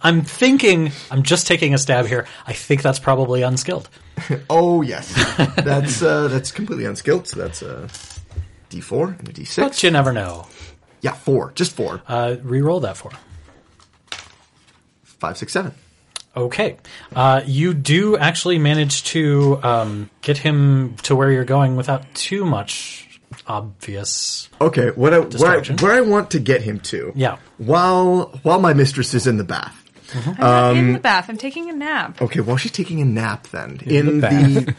[SPEAKER 6] I'm thinking, I'm just taking a stab here. I think that's probably unskilled.
[SPEAKER 3] Oh, yes, that's uh, that's completely unskilled. So that's uh, a D4 and a
[SPEAKER 6] But
[SPEAKER 3] D6.
[SPEAKER 6] you never know.
[SPEAKER 3] Yeah, four, just four.
[SPEAKER 6] Uh, re-roll that for. me.
[SPEAKER 3] Five, six, seven.
[SPEAKER 6] Okay. Uh, you do actually manage to um, get him to where you're going without too much obvious.
[SPEAKER 3] Okay, what I, where, I,
[SPEAKER 6] Distraction.
[SPEAKER 3] where I want to get him to?
[SPEAKER 6] Yeah.
[SPEAKER 3] While while my mistress is in the bath.
[SPEAKER 4] I'm not in the bath. I'm taking a nap.
[SPEAKER 3] Okay, while she's taking a nap, then in,
[SPEAKER 7] the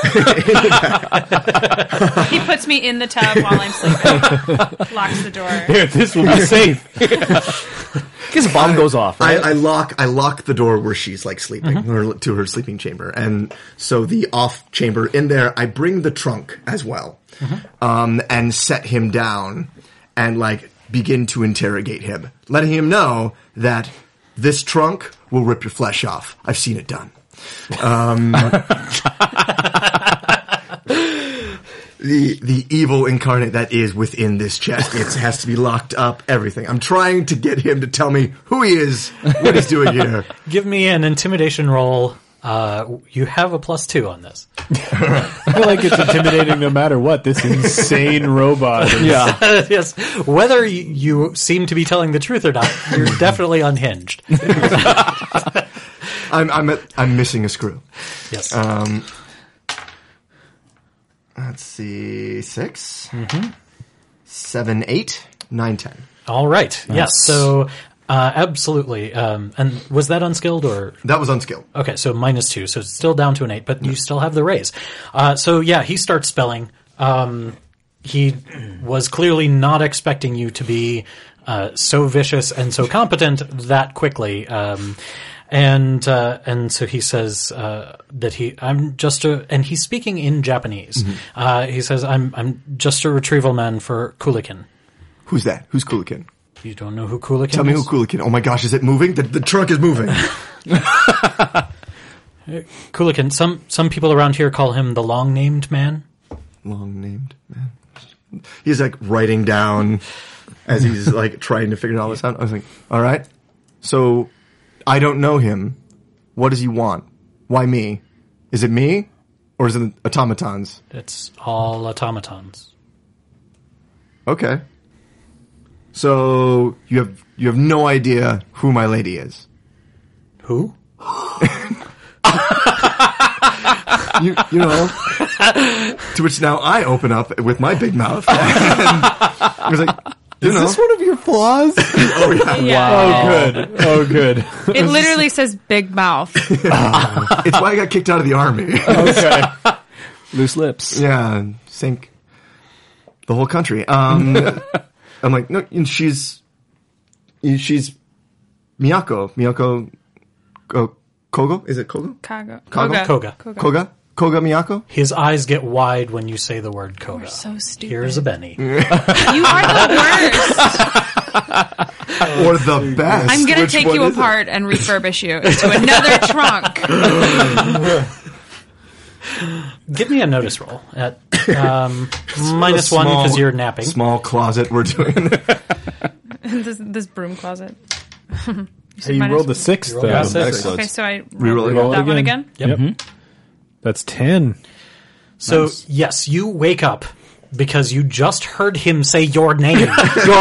[SPEAKER 3] the
[SPEAKER 4] He puts me in the tub while I'm sleeping. Locks the door.
[SPEAKER 1] Here, this will be safe.
[SPEAKER 7] Because the bomb goes off.
[SPEAKER 3] I,
[SPEAKER 7] Right?
[SPEAKER 3] I lock I lock the door where she's like sleeping or to her sleeping chamber, and so the off chamber in there. I bring the trunk as well, um, and set him down, and like begin to interrogate him, letting him know that this trunk will rip your flesh off. I've seen it done. the the evil incarnate that is within this chest. It has to be locked up. Everything. I'm trying to get him to tell me who he is, what he's doing here.
[SPEAKER 6] Give me an intimidation roll. Uh, you have a plus two on this.
[SPEAKER 1] I feel like it's intimidating no matter what. This insane robot. Is,
[SPEAKER 7] yeah.
[SPEAKER 6] yes. Whether y- you seem to be telling the truth or not, you're definitely unhinged.
[SPEAKER 3] I'm I'm at, I'm missing a screw.
[SPEAKER 6] Yes.
[SPEAKER 3] Um, let's see, 6 seven, eight, nine, ten.
[SPEAKER 6] All right. Yes. So, uh, absolutely. Um, and was that unskilled or
[SPEAKER 3] That was unskilled.
[SPEAKER 6] Okay, so minus two, so it's still down to an eight, but you still have the raise. Uh, so yeah, he starts spelling. Um, he was clearly not expecting you to be uh, so vicious and so competent that quickly. Um, and uh, and so he says uh, that he I'm just a and he's speaking in Japanese.
[SPEAKER 3] Mm-hmm.
[SPEAKER 6] Uh, he says I'm I'm just a retrieval man for Kulikin.
[SPEAKER 3] Who's that? Who's Kulikin?
[SPEAKER 6] You don't know who Kulikin
[SPEAKER 3] Tell
[SPEAKER 6] is?
[SPEAKER 3] me who Kulikin. Oh my gosh, is it moving? The, the trunk is moving.
[SPEAKER 6] Kulikin. Some some people around here call him the long named man.
[SPEAKER 3] Long named man. He's like writing down as he's like trying to figure all this out. I was like, all right. So I don't know him. What does he want? Why me? Is it me? Or is it automatons?
[SPEAKER 6] It's all automatons.
[SPEAKER 3] Okay. So you have you have no idea who my lady is.
[SPEAKER 6] Who?
[SPEAKER 3] You you know. to which now I open up with my big mouth. And I was like, you know,
[SPEAKER 1] this one of your flaws?
[SPEAKER 3] oh yeah,
[SPEAKER 4] Yeah.
[SPEAKER 1] Good. Oh, good.
[SPEAKER 4] It literally says big mouth.
[SPEAKER 3] it's why I got kicked out of the army.
[SPEAKER 1] Okay.
[SPEAKER 7] Loose lips.
[SPEAKER 3] Yeah, sink the whole country. Um, I'm like, no, and she's she's Miyako, Miyako uh, Kogo. Is it Kogo?
[SPEAKER 4] Kago.
[SPEAKER 3] Kago?
[SPEAKER 6] Koga.
[SPEAKER 3] Koga, Koga Miyako.
[SPEAKER 6] His eyes get wide when you say the word Koga.
[SPEAKER 4] so stupid.
[SPEAKER 6] Here's a Benny.
[SPEAKER 4] You are the worst.
[SPEAKER 3] or the best.
[SPEAKER 4] I'm going to
[SPEAKER 3] Which
[SPEAKER 4] take
[SPEAKER 3] one
[SPEAKER 4] you
[SPEAKER 3] is it?
[SPEAKER 4] apart and refurbish you into another trunk.
[SPEAKER 6] Give me a notice roll at um, minus one
[SPEAKER 3] Small-
[SPEAKER 6] because you're napping.
[SPEAKER 3] Small closet. We're doing.
[SPEAKER 4] this, this broom closet.
[SPEAKER 1] Hey, you
[SPEAKER 4] Minus
[SPEAKER 1] rolled
[SPEAKER 4] one.
[SPEAKER 1] a six,
[SPEAKER 6] rolled a
[SPEAKER 1] though.
[SPEAKER 6] six.
[SPEAKER 1] That's-
[SPEAKER 4] Okay, so I
[SPEAKER 3] Reroll it
[SPEAKER 4] roll that
[SPEAKER 1] again.
[SPEAKER 4] one again.
[SPEAKER 1] Yep. That's ten.
[SPEAKER 6] So yes, you wake up because you just heard him say your name, your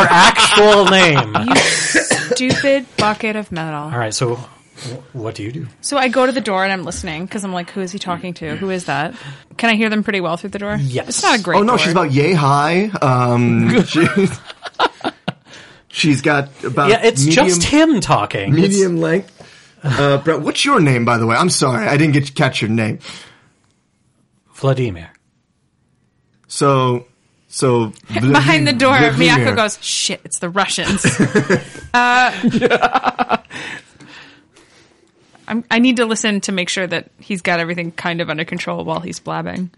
[SPEAKER 6] actual name.
[SPEAKER 4] You stupid bucket of metal.
[SPEAKER 6] All right. So wh- what do you do?
[SPEAKER 4] So I go to the door and I'm listening because I'm like, who is he talking to? Who is that? Can I hear them pretty well through the door?
[SPEAKER 6] Yes.
[SPEAKER 4] It's not a great
[SPEAKER 3] Oh no,
[SPEAKER 4] door.
[SPEAKER 3] she's about yay high. Um, she- She's got about
[SPEAKER 6] Yeah, it's
[SPEAKER 3] medium,
[SPEAKER 6] just him talking. It's-
[SPEAKER 3] medium length. Uh, Brett, what's your name, by the way? I'm sorry, I didn't get to catch your name.
[SPEAKER 6] Vladimir.
[SPEAKER 3] So, so
[SPEAKER 4] Behind the door,
[SPEAKER 3] Vladimir.
[SPEAKER 4] Miyako goes, "Shit, it's the Russians." uh, I'm, I need to listen to make sure that he's got everything kind of under control while he's blabbing.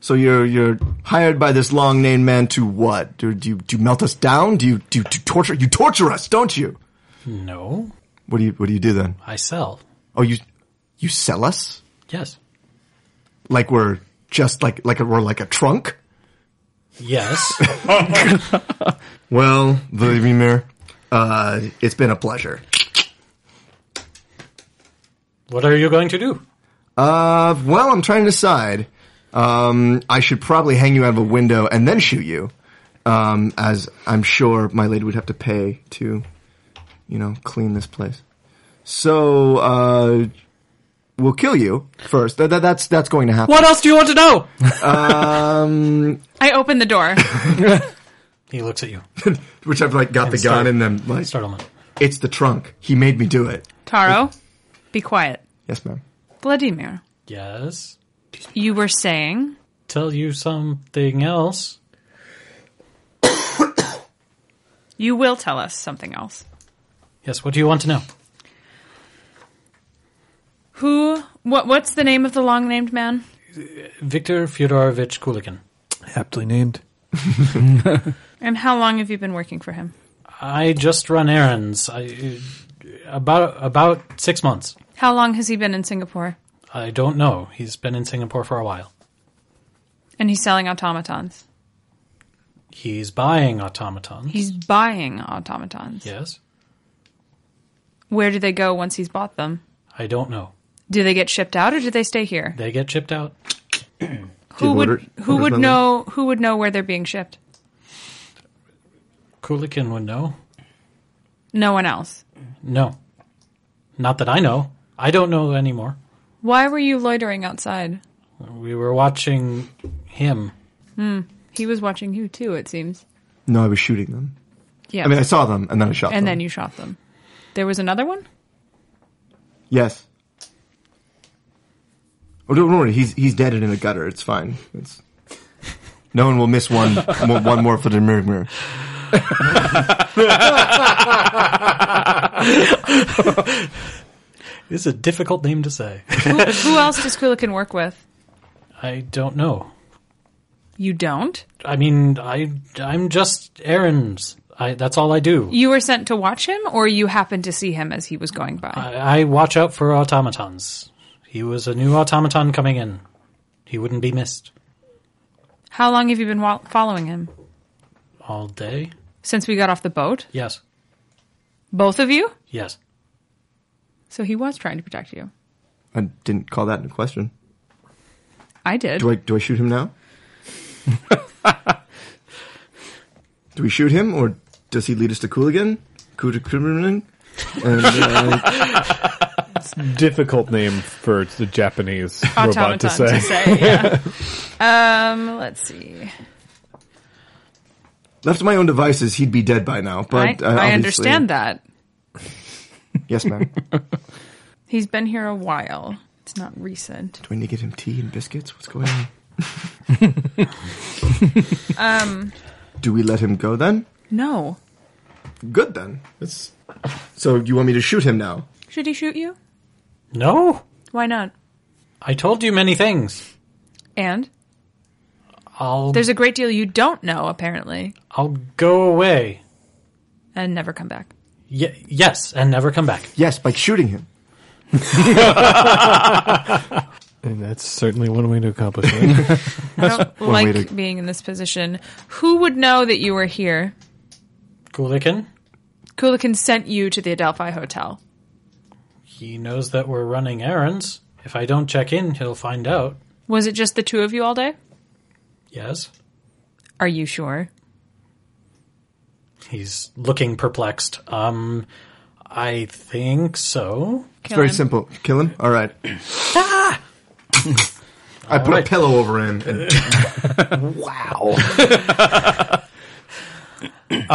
[SPEAKER 3] So you're you're hired by this long named man to what? Do, do you do you melt us down? Do you do, you- do you torture? You torture us, don't you?
[SPEAKER 6] No,
[SPEAKER 3] What do you what do you do then?
[SPEAKER 6] I sell.
[SPEAKER 3] Oh, you you sell us
[SPEAKER 6] Yes.
[SPEAKER 3] like we're just like like we're like a trunk.
[SPEAKER 6] Yes.
[SPEAKER 3] Well, Vladimir, uh, it's been a pleasure.
[SPEAKER 6] what are you going to do?
[SPEAKER 3] Uh, well, I'm trying to decide. Um, I should probably hang you out of a window and then shoot you, um, as I'm sure my lady would have to pay to, you know, clean this place. So, uh, we'll kill you first. That, that, that's that's going to happen.
[SPEAKER 6] What else do you want to know?
[SPEAKER 4] I open the door.
[SPEAKER 6] He looks at you.
[SPEAKER 3] Which I've like got the
[SPEAKER 6] start-
[SPEAKER 3] gun and then like
[SPEAKER 6] Startlement.
[SPEAKER 3] it's the trunk. He made me do it.
[SPEAKER 4] Taro, be quiet.
[SPEAKER 3] Yes, ma'am.
[SPEAKER 4] Vladimir,
[SPEAKER 6] Yes.
[SPEAKER 4] you were saying
[SPEAKER 6] Tell you something else.
[SPEAKER 4] you will tell us something else.
[SPEAKER 6] Yes. What do you want to know?
[SPEAKER 4] Who? What? What's the name of the long-named man?
[SPEAKER 6] Victor Fyodorovich Kulikin.
[SPEAKER 1] Aptly named.
[SPEAKER 4] And how long have you been working for him?
[SPEAKER 6] I just run errands. I about about six months.
[SPEAKER 4] How long has he been in Singapore?
[SPEAKER 6] I don't know. He's been in Singapore for a while.
[SPEAKER 4] And he's selling automatons.
[SPEAKER 6] He's buying automatons.
[SPEAKER 4] He's buying automatons.
[SPEAKER 6] yes.
[SPEAKER 4] Where do they go once he's bought them?
[SPEAKER 6] I don't know.
[SPEAKER 4] Do they get shipped out or do they stay here?
[SPEAKER 6] They get chipped out.
[SPEAKER 4] Who
[SPEAKER 3] Did
[SPEAKER 4] would
[SPEAKER 3] order-
[SPEAKER 4] who
[SPEAKER 3] order
[SPEAKER 4] would
[SPEAKER 3] another?
[SPEAKER 4] know who would know where they're being shipped?
[SPEAKER 6] Kulikin would know.
[SPEAKER 4] No one else.
[SPEAKER 6] No. Not that I know. I don't know anymore.
[SPEAKER 4] Why were you loitering outside?
[SPEAKER 6] We were watching him.
[SPEAKER 4] He was watching you too, it seems.
[SPEAKER 3] No, I was shooting them.
[SPEAKER 4] Yeah.
[SPEAKER 3] I mean, I saw them and then I shot them.
[SPEAKER 4] and then you shot them. There was another one?
[SPEAKER 3] Yes. Oh, don't worry. He's he's dead and in a gutter. It's fine. It's no one will miss one one, one more for the mirror. mirror.
[SPEAKER 6] This is a difficult name to say.
[SPEAKER 4] who, who else does Kulikin work with?
[SPEAKER 6] I don't know.
[SPEAKER 4] You don't?
[SPEAKER 6] I mean, I I'm just errands. I that's all I do.
[SPEAKER 4] You were sent to watch him or you happened to see him as he was going by?
[SPEAKER 6] I, I watch out for automatons. He was a new automaton coming in. He wouldn't be missed
[SPEAKER 4] how long have you been wa- following him?
[SPEAKER 6] all day.
[SPEAKER 4] Since we got off the boat?
[SPEAKER 6] Yes,
[SPEAKER 4] Both of you?
[SPEAKER 6] yes.
[SPEAKER 4] So he was trying to protect you.
[SPEAKER 3] I didn't call that into question.
[SPEAKER 4] I did.
[SPEAKER 3] Do I do I shoot him now? do we shoot him or does he lead us to Cooligan? Cooligan? And uh,
[SPEAKER 1] Difficult name for the Japanese robot to
[SPEAKER 4] automaton
[SPEAKER 1] say.
[SPEAKER 4] yeah. um, let's see.
[SPEAKER 3] left to my own devices, he'd be dead by now. But
[SPEAKER 4] I,
[SPEAKER 3] uh,
[SPEAKER 4] I understand that.
[SPEAKER 3] Yes, ma'am. do
[SPEAKER 4] He's been here a while. It's not recent.
[SPEAKER 3] we need to get him tea and biscuits? What's going on? um. Do we let him go then?
[SPEAKER 4] No.
[SPEAKER 3] Good then. It's so you want me to shoot him now?
[SPEAKER 4] Should he shoot you?
[SPEAKER 6] No,
[SPEAKER 4] Why not?
[SPEAKER 6] I told you many things.
[SPEAKER 4] And
[SPEAKER 6] I'll
[SPEAKER 4] there's a great deal you don't know, apparently,
[SPEAKER 6] I'll go away.
[SPEAKER 4] and never come back.
[SPEAKER 6] Y- yes, and never come back.
[SPEAKER 3] Yes, by shooting him.
[SPEAKER 1] And that's certainly one way to accomplish it.
[SPEAKER 4] I don't
[SPEAKER 3] one way
[SPEAKER 4] like
[SPEAKER 3] to-
[SPEAKER 4] being in this position. Who would know that you were here?
[SPEAKER 6] Kulikin,
[SPEAKER 4] Kulikin sent you to the Adelphi Hotel.
[SPEAKER 6] he knows that we're running errands. If I don't check in, he'll find out.
[SPEAKER 4] Was it just the two of you all day?
[SPEAKER 6] Yes.
[SPEAKER 4] Are you sure?
[SPEAKER 6] He's looking perplexed. Um, I think so.
[SPEAKER 3] It's very simple. Kill him. All right. I put
[SPEAKER 6] right.
[SPEAKER 3] a pillow over him. And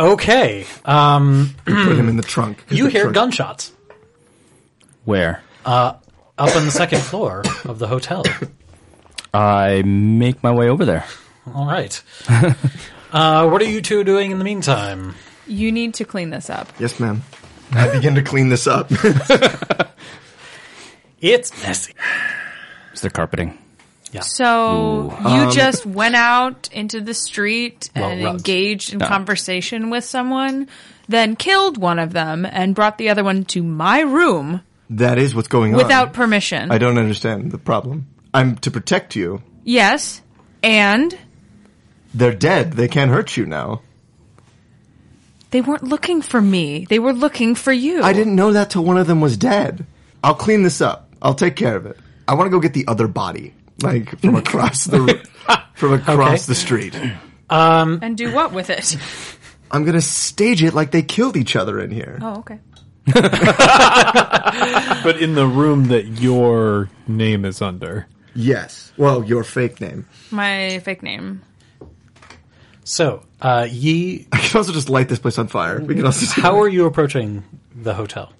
[SPEAKER 6] Okay. Um,
[SPEAKER 3] Put him in the trunk.
[SPEAKER 6] you
[SPEAKER 3] The
[SPEAKER 6] hear
[SPEAKER 3] trunk.
[SPEAKER 6] gunshots
[SPEAKER 7] Where?
[SPEAKER 6] up on the second floor of the hotel.
[SPEAKER 7] I make my way over there.
[SPEAKER 6] All right. Uh, what are you two doing in the meantime?
[SPEAKER 4] You need to clean this up.
[SPEAKER 3] Yes, ma'am. I begin to clean this up.
[SPEAKER 6] It's messy.
[SPEAKER 7] Is there carpeting?
[SPEAKER 4] So you
[SPEAKER 3] Um,
[SPEAKER 4] just went out into the street
[SPEAKER 6] Well,
[SPEAKER 4] and
[SPEAKER 6] rugs.
[SPEAKER 4] engaged in conversation with someone, then killed one of them and brought the other one to my room
[SPEAKER 3] that is what's going on.
[SPEAKER 4] without permission.
[SPEAKER 3] I don't understand the problem. I'm to protect you.
[SPEAKER 4] yes. And
[SPEAKER 3] They're dead. They can't hurt you now.
[SPEAKER 4] they weren't looking for me. They were looking for you.
[SPEAKER 3] I didn't know that till one of them was dead. I'll clean this up. I'll take care of it. I want to go get the other body, like from across the from across
[SPEAKER 6] Okay.
[SPEAKER 3] the street.
[SPEAKER 4] And do what with it?
[SPEAKER 3] I'm gonna stage it like they killed each other in here.
[SPEAKER 4] Oh, okay.
[SPEAKER 1] But in the room that your name is under.
[SPEAKER 3] Yes. Well, your fake name.
[SPEAKER 4] My fake name.
[SPEAKER 6] So, uh, Yi,
[SPEAKER 3] I can also just light this place on fire. We can also. do
[SPEAKER 6] how
[SPEAKER 3] that.
[SPEAKER 6] are you approaching the hotel?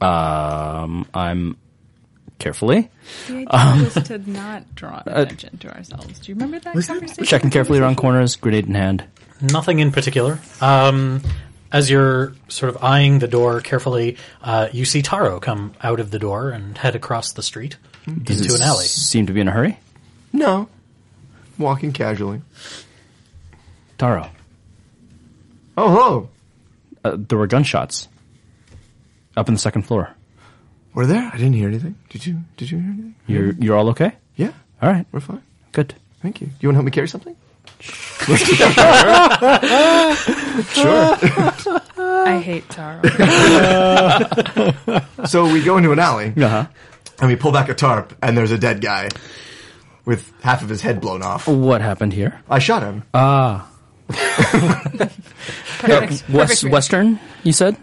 [SPEAKER 7] Um, I'm carefully
[SPEAKER 4] The
[SPEAKER 3] Um,
[SPEAKER 4] idea was to not draw attention to ourselves. Do you remember that conversation?
[SPEAKER 7] checking carefully around corners, grenade in hand.
[SPEAKER 6] Nothing in particular. Um, as you're sort of eyeing the door carefully, uh, you see Taro come out of the door and head across the street
[SPEAKER 7] Hmm.
[SPEAKER 6] into an alley.
[SPEAKER 7] Seem to be in a hurry.
[SPEAKER 3] No. Walking casually.
[SPEAKER 7] Taro,
[SPEAKER 3] Oh, hello.
[SPEAKER 7] uh, there were gunshots up in the second floor.
[SPEAKER 3] We're there. I didn't hear anything. Did you? Did you hear anything?
[SPEAKER 7] You're you're all okay?
[SPEAKER 3] Yeah.
[SPEAKER 7] All right,
[SPEAKER 3] We're fine.
[SPEAKER 7] good.
[SPEAKER 3] Thank you. You want to help me carry something?
[SPEAKER 4] I hate Taro.
[SPEAKER 3] So we go into an alley
[SPEAKER 7] Uh
[SPEAKER 6] Uh-huh.
[SPEAKER 7] huh.
[SPEAKER 3] and we pull back a tarp, and there's a dead guy with half of his head blown off.
[SPEAKER 7] What happened here?
[SPEAKER 3] I shot him.
[SPEAKER 4] Perfect.
[SPEAKER 7] West Western, you said?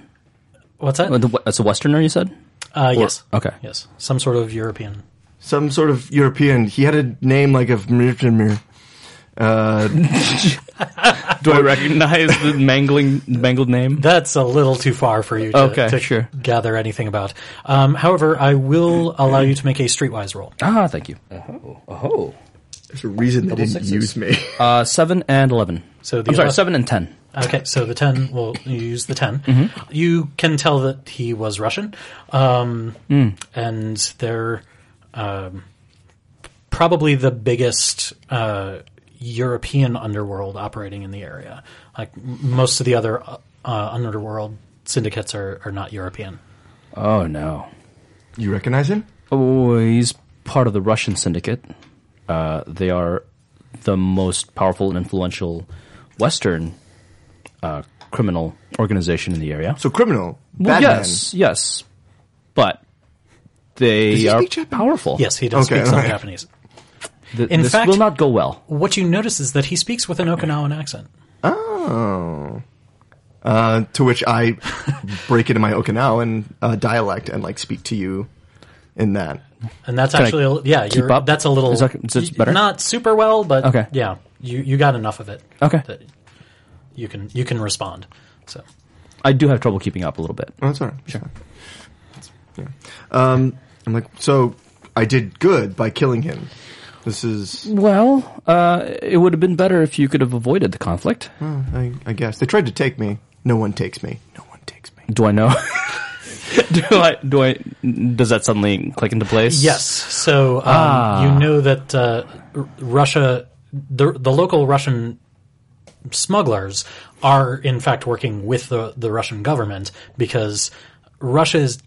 [SPEAKER 6] What's that?
[SPEAKER 7] Uh, the- That's a Westerner, you said?
[SPEAKER 6] Uh, yes.
[SPEAKER 7] okay.
[SPEAKER 6] Yes. Some sort of European.
[SPEAKER 3] Some sort of European. He had a name like of Mr. Uh,
[SPEAKER 7] Do I recognize the mangling mangled name?
[SPEAKER 6] That's a little too far for you to,
[SPEAKER 7] Okay,
[SPEAKER 6] to
[SPEAKER 7] sure.
[SPEAKER 6] gather anything about. Um, however, I will allow you to make a streetwise roll.
[SPEAKER 7] Ah, thank you. Oh, oh.
[SPEAKER 3] there's a reason they didn't use me.
[SPEAKER 7] Uh, seven and eleven.
[SPEAKER 6] So the
[SPEAKER 7] I'm sorry,
[SPEAKER 6] 11
[SPEAKER 7] seven and ten.
[SPEAKER 6] Okay, so the 10 will you use the 10. You can tell that he was Russian. Um, And they're um, probably the biggest uh, European underworld operating in the area. Like m- most of the other uh, uh, underworld syndicates are, are not European.
[SPEAKER 7] Oh no.
[SPEAKER 3] You recognize him?
[SPEAKER 7] Oh, he's part of the Russian syndicate. Uh, they are the most powerful and influential Western uh, criminal organization in the area.
[SPEAKER 3] So criminal.
[SPEAKER 7] Well,
[SPEAKER 3] bad
[SPEAKER 7] yes, yes, but
[SPEAKER 3] Does
[SPEAKER 7] they
[SPEAKER 3] he
[SPEAKER 7] are
[SPEAKER 3] speak Japanese?
[SPEAKER 7] powerful.
[SPEAKER 6] Yes, he does
[SPEAKER 3] Okay,
[SPEAKER 6] speak some
[SPEAKER 3] alright.
[SPEAKER 6] Japanese.
[SPEAKER 7] Th-
[SPEAKER 6] In
[SPEAKER 7] this
[SPEAKER 6] fact-
[SPEAKER 7] will not go well.
[SPEAKER 6] What you notice is that he speaks with an Okinawan accent.
[SPEAKER 3] man. Oh. Uh, to which I break into my Okinawan uh, dialect and like speak to you in that.
[SPEAKER 6] And that's
[SPEAKER 7] Can I
[SPEAKER 6] actually, a- yeah, you're,
[SPEAKER 7] up?
[SPEAKER 6] that's a little,
[SPEAKER 7] Is that- is this better?
[SPEAKER 6] not super well, but
[SPEAKER 7] Okay.
[SPEAKER 6] yeah, you, you got enough of it.
[SPEAKER 7] Okay.
[SPEAKER 6] That you can, you can respond. So
[SPEAKER 7] I do have trouble keeping up a little bit.
[SPEAKER 3] Oh, that's all right. Sure. Yeah. Um, I'm like, so I did good by killing him. This is,
[SPEAKER 7] Well, uh, it would have been better if you could have avoided the conflict.
[SPEAKER 3] I, I guess. They tried to take me. No one takes me. No one takes me.
[SPEAKER 7] Do I know? do I? Do I? Does that suddenly click into place?
[SPEAKER 6] yes. So um, you know that uh, R- Russia, the, the local Russian smugglers are in fact working with the, the Russian government because Russia is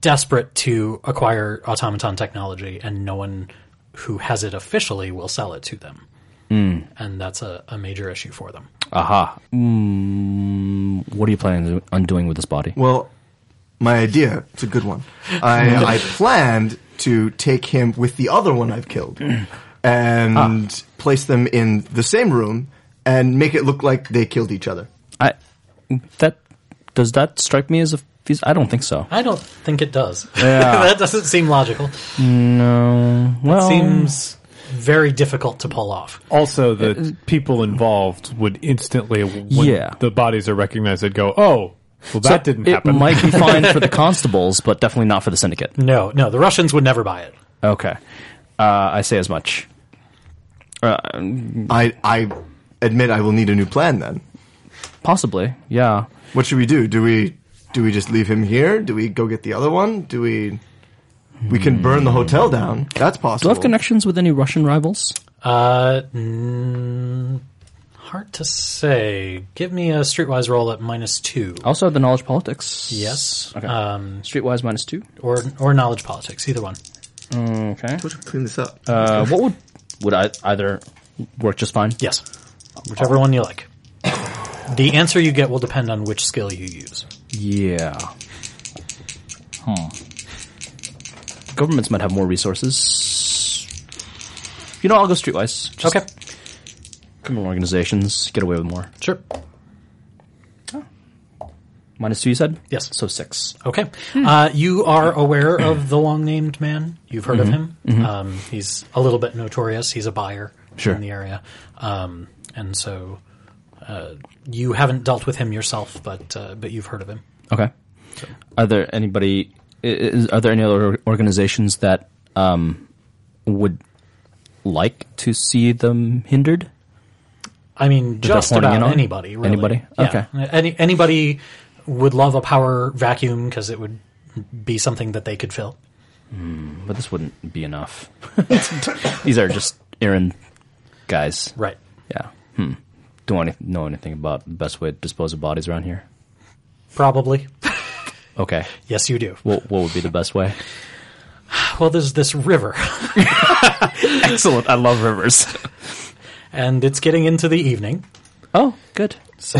[SPEAKER 6] desperate to acquire automaton technology and no one who has it officially will sell it to them. Hmm. And that's a, a major issue for them.
[SPEAKER 7] Aha. Mm, what are you planning on doing with this body?
[SPEAKER 3] Well, my idea, it's a good one. I, I planned to take him with the other one I've killed and
[SPEAKER 7] Ah.
[SPEAKER 3] place them in the same room and make it look like they killed each other.
[SPEAKER 7] I that does that strike me as a feas- I don't think so.
[SPEAKER 6] I don't think it does. that doesn't seem logical.
[SPEAKER 7] No. Uh, Well,
[SPEAKER 6] Seems very difficult to pull off.
[SPEAKER 1] Also, the people involved would instantly, when
[SPEAKER 7] Yeah.
[SPEAKER 1] the bodies are recognized, they'd go, "Oh, well, that
[SPEAKER 7] So
[SPEAKER 1] didn't
[SPEAKER 7] it
[SPEAKER 1] happen."
[SPEAKER 7] might be fine for the constables, but definitely not for the syndicate.
[SPEAKER 6] No, no, the Russians would never buy it.
[SPEAKER 7] Okay, uh, I say as much. Uh,
[SPEAKER 3] I I admit I will need a new plan then.
[SPEAKER 7] Possibly, yeah.
[SPEAKER 3] What should we do? Do we do we just leave him here? Do we go get the other one? Do we we can burn the hotel
[SPEAKER 7] Hmm.
[SPEAKER 3] down? That's
[SPEAKER 7] Do I
[SPEAKER 3] possible.
[SPEAKER 7] have connections with any Russian rivals?
[SPEAKER 6] Uh, mm, hard to say. Give me a streetwise roll at minus two.
[SPEAKER 7] I also have the knowledge politics.
[SPEAKER 6] Yes.
[SPEAKER 7] Okay.
[SPEAKER 6] Um,
[SPEAKER 7] Streetwise minus two.
[SPEAKER 6] or or knowledge politics, either one.
[SPEAKER 7] Okay.
[SPEAKER 3] We should clean this up.
[SPEAKER 7] Uh, what would would I either work just fine?
[SPEAKER 6] Yes, whichever one you like. The answer you get will depend on which skill you use.
[SPEAKER 7] Yeah. Huh. Governments might have more resources. You know, I'll go streetwise. Just
[SPEAKER 6] okay.
[SPEAKER 7] Criminal organizations get away with more.
[SPEAKER 6] Sure.
[SPEAKER 7] Minus two, you said?
[SPEAKER 6] Yes.
[SPEAKER 7] So six.
[SPEAKER 6] Okay. Uh, you are aware of the long named man. You've heard of him. Um, he's a little bit notorious. He's a buyer
[SPEAKER 7] Sure.
[SPEAKER 6] in the area. Um, and so uh, you haven't dealt with him yourself, but uh, but you've heard of him.
[SPEAKER 7] Okay. Are there anybody? i- Is, are there any other organizations that um, would like to see them hindered?
[SPEAKER 6] I mean,
[SPEAKER 7] they're
[SPEAKER 6] just
[SPEAKER 7] honing in
[SPEAKER 6] about
[SPEAKER 7] on?
[SPEAKER 6] anybody. Really.
[SPEAKER 7] Anybody?
[SPEAKER 6] Yeah.
[SPEAKER 7] Okay.
[SPEAKER 6] Any, anybody would love a power vacuum because it would be something that they could fill.
[SPEAKER 7] But this wouldn't be enough. These are just errand guys.
[SPEAKER 6] Right.
[SPEAKER 7] Yeah. Hmm. Don't any, know anything about the best way to dispose of bodies around here.
[SPEAKER 6] Probably.
[SPEAKER 7] Okay.
[SPEAKER 6] Yes, you do.
[SPEAKER 7] What, what would be the best way?
[SPEAKER 6] Well, there's this river,
[SPEAKER 7] Excellent. I love rivers.
[SPEAKER 6] and it's getting into the evening.
[SPEAKER 7] Oh, good.
[SPEAKER 6] So,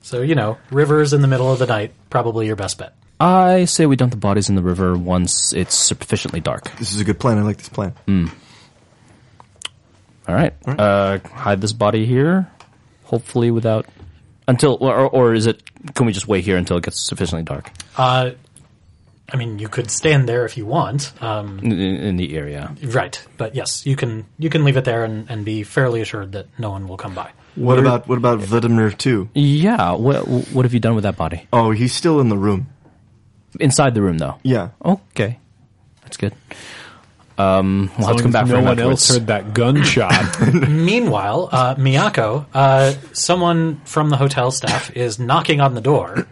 [SPEAKER 6] so you know, rivers in the middle of the night probably your best bet.
[SPEAKER 7] I say we dump the bodies in the river once it's sufficiently dark.
[SPEAKER 3] this is a good plan. I like this plan.
[SPEAKER 7] Hmm. All right. Uh, hide this body here, hopefully without until or, or is it? Can we just wait here until it gets sufficiently dark
[SPEAKER 6] Uh, I mean, you could stand there if you want, um,
[SPEAKER 7] in, in in the area?
[SPEAKER 6] right? But yes, you can you can leave it there and, and be fairly assured that no one will come by.
[SPEAKER 3] What about what about Vladimir too?
[SPEAKER 7] Yeah. What What have you done with that body?
[SPEAKER 3] Oh, he's still in the room.
[SPEAKER 7] Inside the room, though.
[SPEAKER 3] Yeah.
[SPEAKER 7] Okay. That's good. Um, we'll have to come
[SPEAKER 1] As long
[SPEAKER 7] back
[SPEAKER 1] as
[SPEAKER 7] for
[SPEAKER 1] no
[SPEAKER 7] him
[SPEAKER 1] one else heard
[SPEAKER 7] afterwards.
[SPEAKER 1] that gunshot.
[SPEAKER 6] Meanwhile, uh, Miyako, uh, someone from the hotel staff is knocking on the door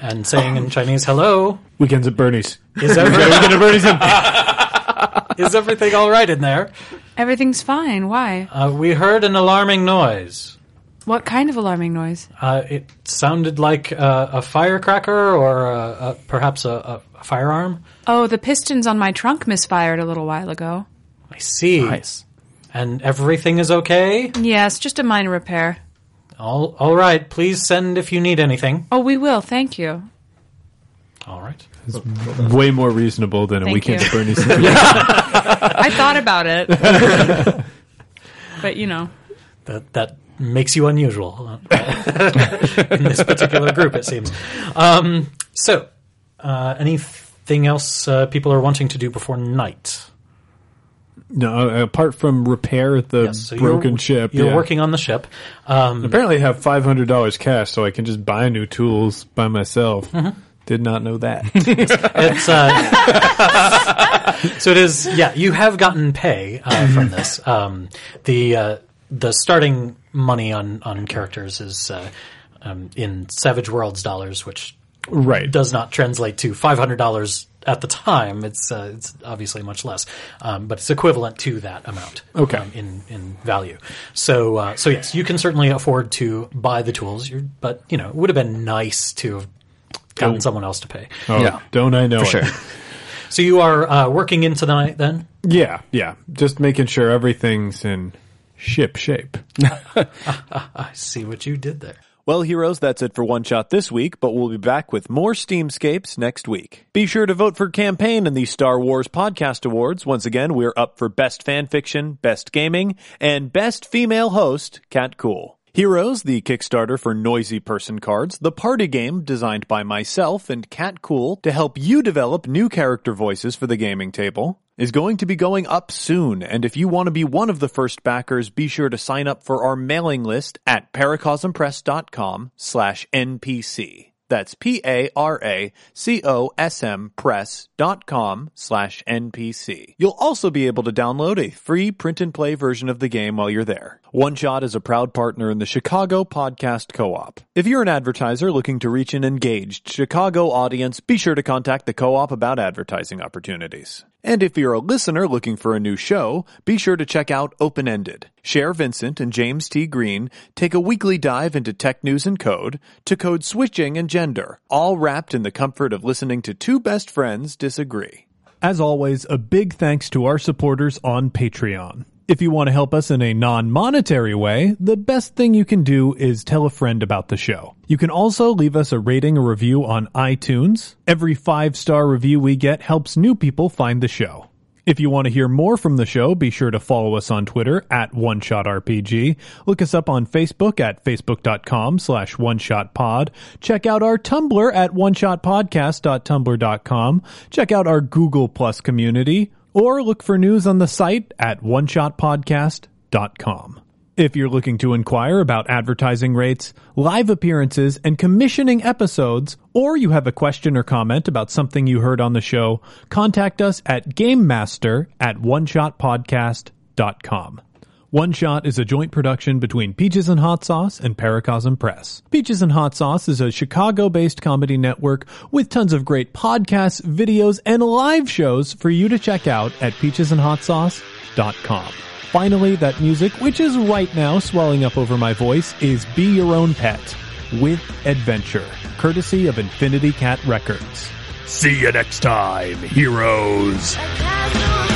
[SPEAKER 6] and saying in Chinese, "Hello,
[SPEAKER 1] Weekends at Bernie's.
[SPEAKER 6] is every- is everything all right in there?
[SPEAKER 4] Everything's fine. Why?
[SPEAKER 6] Uh, we heard an alarming noise."
[SPEAKER 4] What kind of alarming noise?
[SPEAKER 6] Uh, it sounded like uh, a firecracker or uh uh perhaps a, a, a firearm.
[SPEAKER 4] Oh, the pistons on my trunk misfired a little while ago.
[SPEAKER 6] I see.
[SPEAKER 7] Nice.
[SPEAKER 6] And everything is okay?
[SPEAKER 4] Yes, just a minor repair.
[SPEAKER 6] All, all right. Please send if you need anything.
[SPEAKER 4] Oh, we will. Thank you.
[SPEAKER 6] All right.
[SPEAKER 1] Way more reasonable than a
[SPEAKER 4] Thank
[SPEAKER 1] Weekends
[SPEAKER 4] you.
[SPEAKER 1] at Bernie's. situation.
[SPEAKER 4] I thought about it. but, you know,
[SPEAKER 6] That, that makes you unusual uh, in this particular group, it seems. Um, so, uh, anything else uh, people are wanting to do before night?
[SPEAKER 1] No, uh, apart from repair the
[SPEAKER 6] Yes, so you're-
[SPEAKER 1] broken ship.
[SPEAKER 6] You're
[SPEAKER 1] yeah.
[SPEAKER 6] working on the ship. Um,
[SPEAKER 1] Apparently, I have five hundred dollars cash, so I can just buy new tools by myself.
[SPEAKER 7] Mm-hmm.
[SPEAKER 1] Did not know that.
[SPEAKER 6] It's uh, so it is. Yeah, you have gotten pay uh,
[SPEAKER 1] Mm-hmm.
[SPEAKER 6] from this. Um, the uh, the starting money on on characters is uh, um, in Savage Worlds dollars, which
[SPEAKER 1] right.
[SPEAKER 6] does not translate to five hundred dollars at the time. It's uh, it's obviously much less, um, but it's equivalent to that amount.
[SPEAKER 1] Okay.
[SPEAKER 6] um, in in value. So uh, so yes, you can certainly afford to buy the tools. You're, but you know, it would have been nice to have gotten
[SPEAKER 1] Oh.
[SPEAKER 6] someone else to pay.
[SPEAKER 1] Oh,
[SPEAKER 7] Yeah.
[SPEAKER 1] Don't I know
[SPEAKER 7] For
[SPEAKER 1] it?
[SPEAKER 7] sure.
[SPEAKER 6] So you are uh, working into the night then?
[SPEAKER 1] Yeah, yeah. Just making sure everything's in ship shape.
[SPEAKER 6] I see what you did there.
[SPEAKER 8] Well, heroes, that's it for One Shot this week, but we'll be back with more Steamscapes next week. Be sure to vote for Campaign in the Star Wars Podcast Awards. Once again, we're up for Best Fan Fiction, Best Gaming, and Best Female Host, Cat Cool. Heroes, the Kickstarter for Noisy Person Cards, the party game designed by myself and Cat Cool to help you develop new character voices for the gaming table.
[SPEAKER 1] is going to be going up soon, and if you want to be one of the first backers, be sure to sign up for our mailing list at paracosmpress.com slash NPC. That's P-A-R-A-C-O-S-M press dot com slash NPC. You'll also be able to download a free print and play version of the game while you're there. One Shot is a proud partner in the Chicago Podcast Co-op. If you're an advertiser looking to reach an engaged Chicago audience, be sure to contact the co-op about advertising opportunities. And if you're a listener looking for a new show, be sure to check out Open Ended. Cher Vincent and James T. Green take a weekly dive into tech news and code, to code switching and gender, all wrapped in the comfort of listening to two best friends disagree. As always, a big thanks to our supporters on Patreon. If you want to help us in a non monetary way, the best thing you can do is tell a friend about the show. You can also leave us a rating or review on iTunes. Every five star review we get helps new people find the show. If you want to hear more from the show, be sure to follow us on Twitter at One Shot RPG. Look us up on Facebook at facebook.com slash One Shot Pod. Check out our Tumblr at oneshotpodcast.tumblr.com. Check out our Google Plus community or look for news on the site at oneshotpodcast.com. If you're looking to inquire about advertising rates, live appearances, and commissioning episodes, or you have a question or comment about something you heard on the show, contact us at gamemaster at oneshotpodcast.com. One Shot is a joint production between Peaches and Hot Sauce and Paracosm Press. Peaches and Hot Sauce is a Chicago-based comedy network with tons of great podcasts, videos, and live shows for you to check out at peachesandhotsauce.com. Finally, that music, which is right now swelling up over my voice, is Be Your Own Pet with Adventure, courtesy of Infinity Cat Records. See you next time, heroes.
[SPEAKER 9] Cause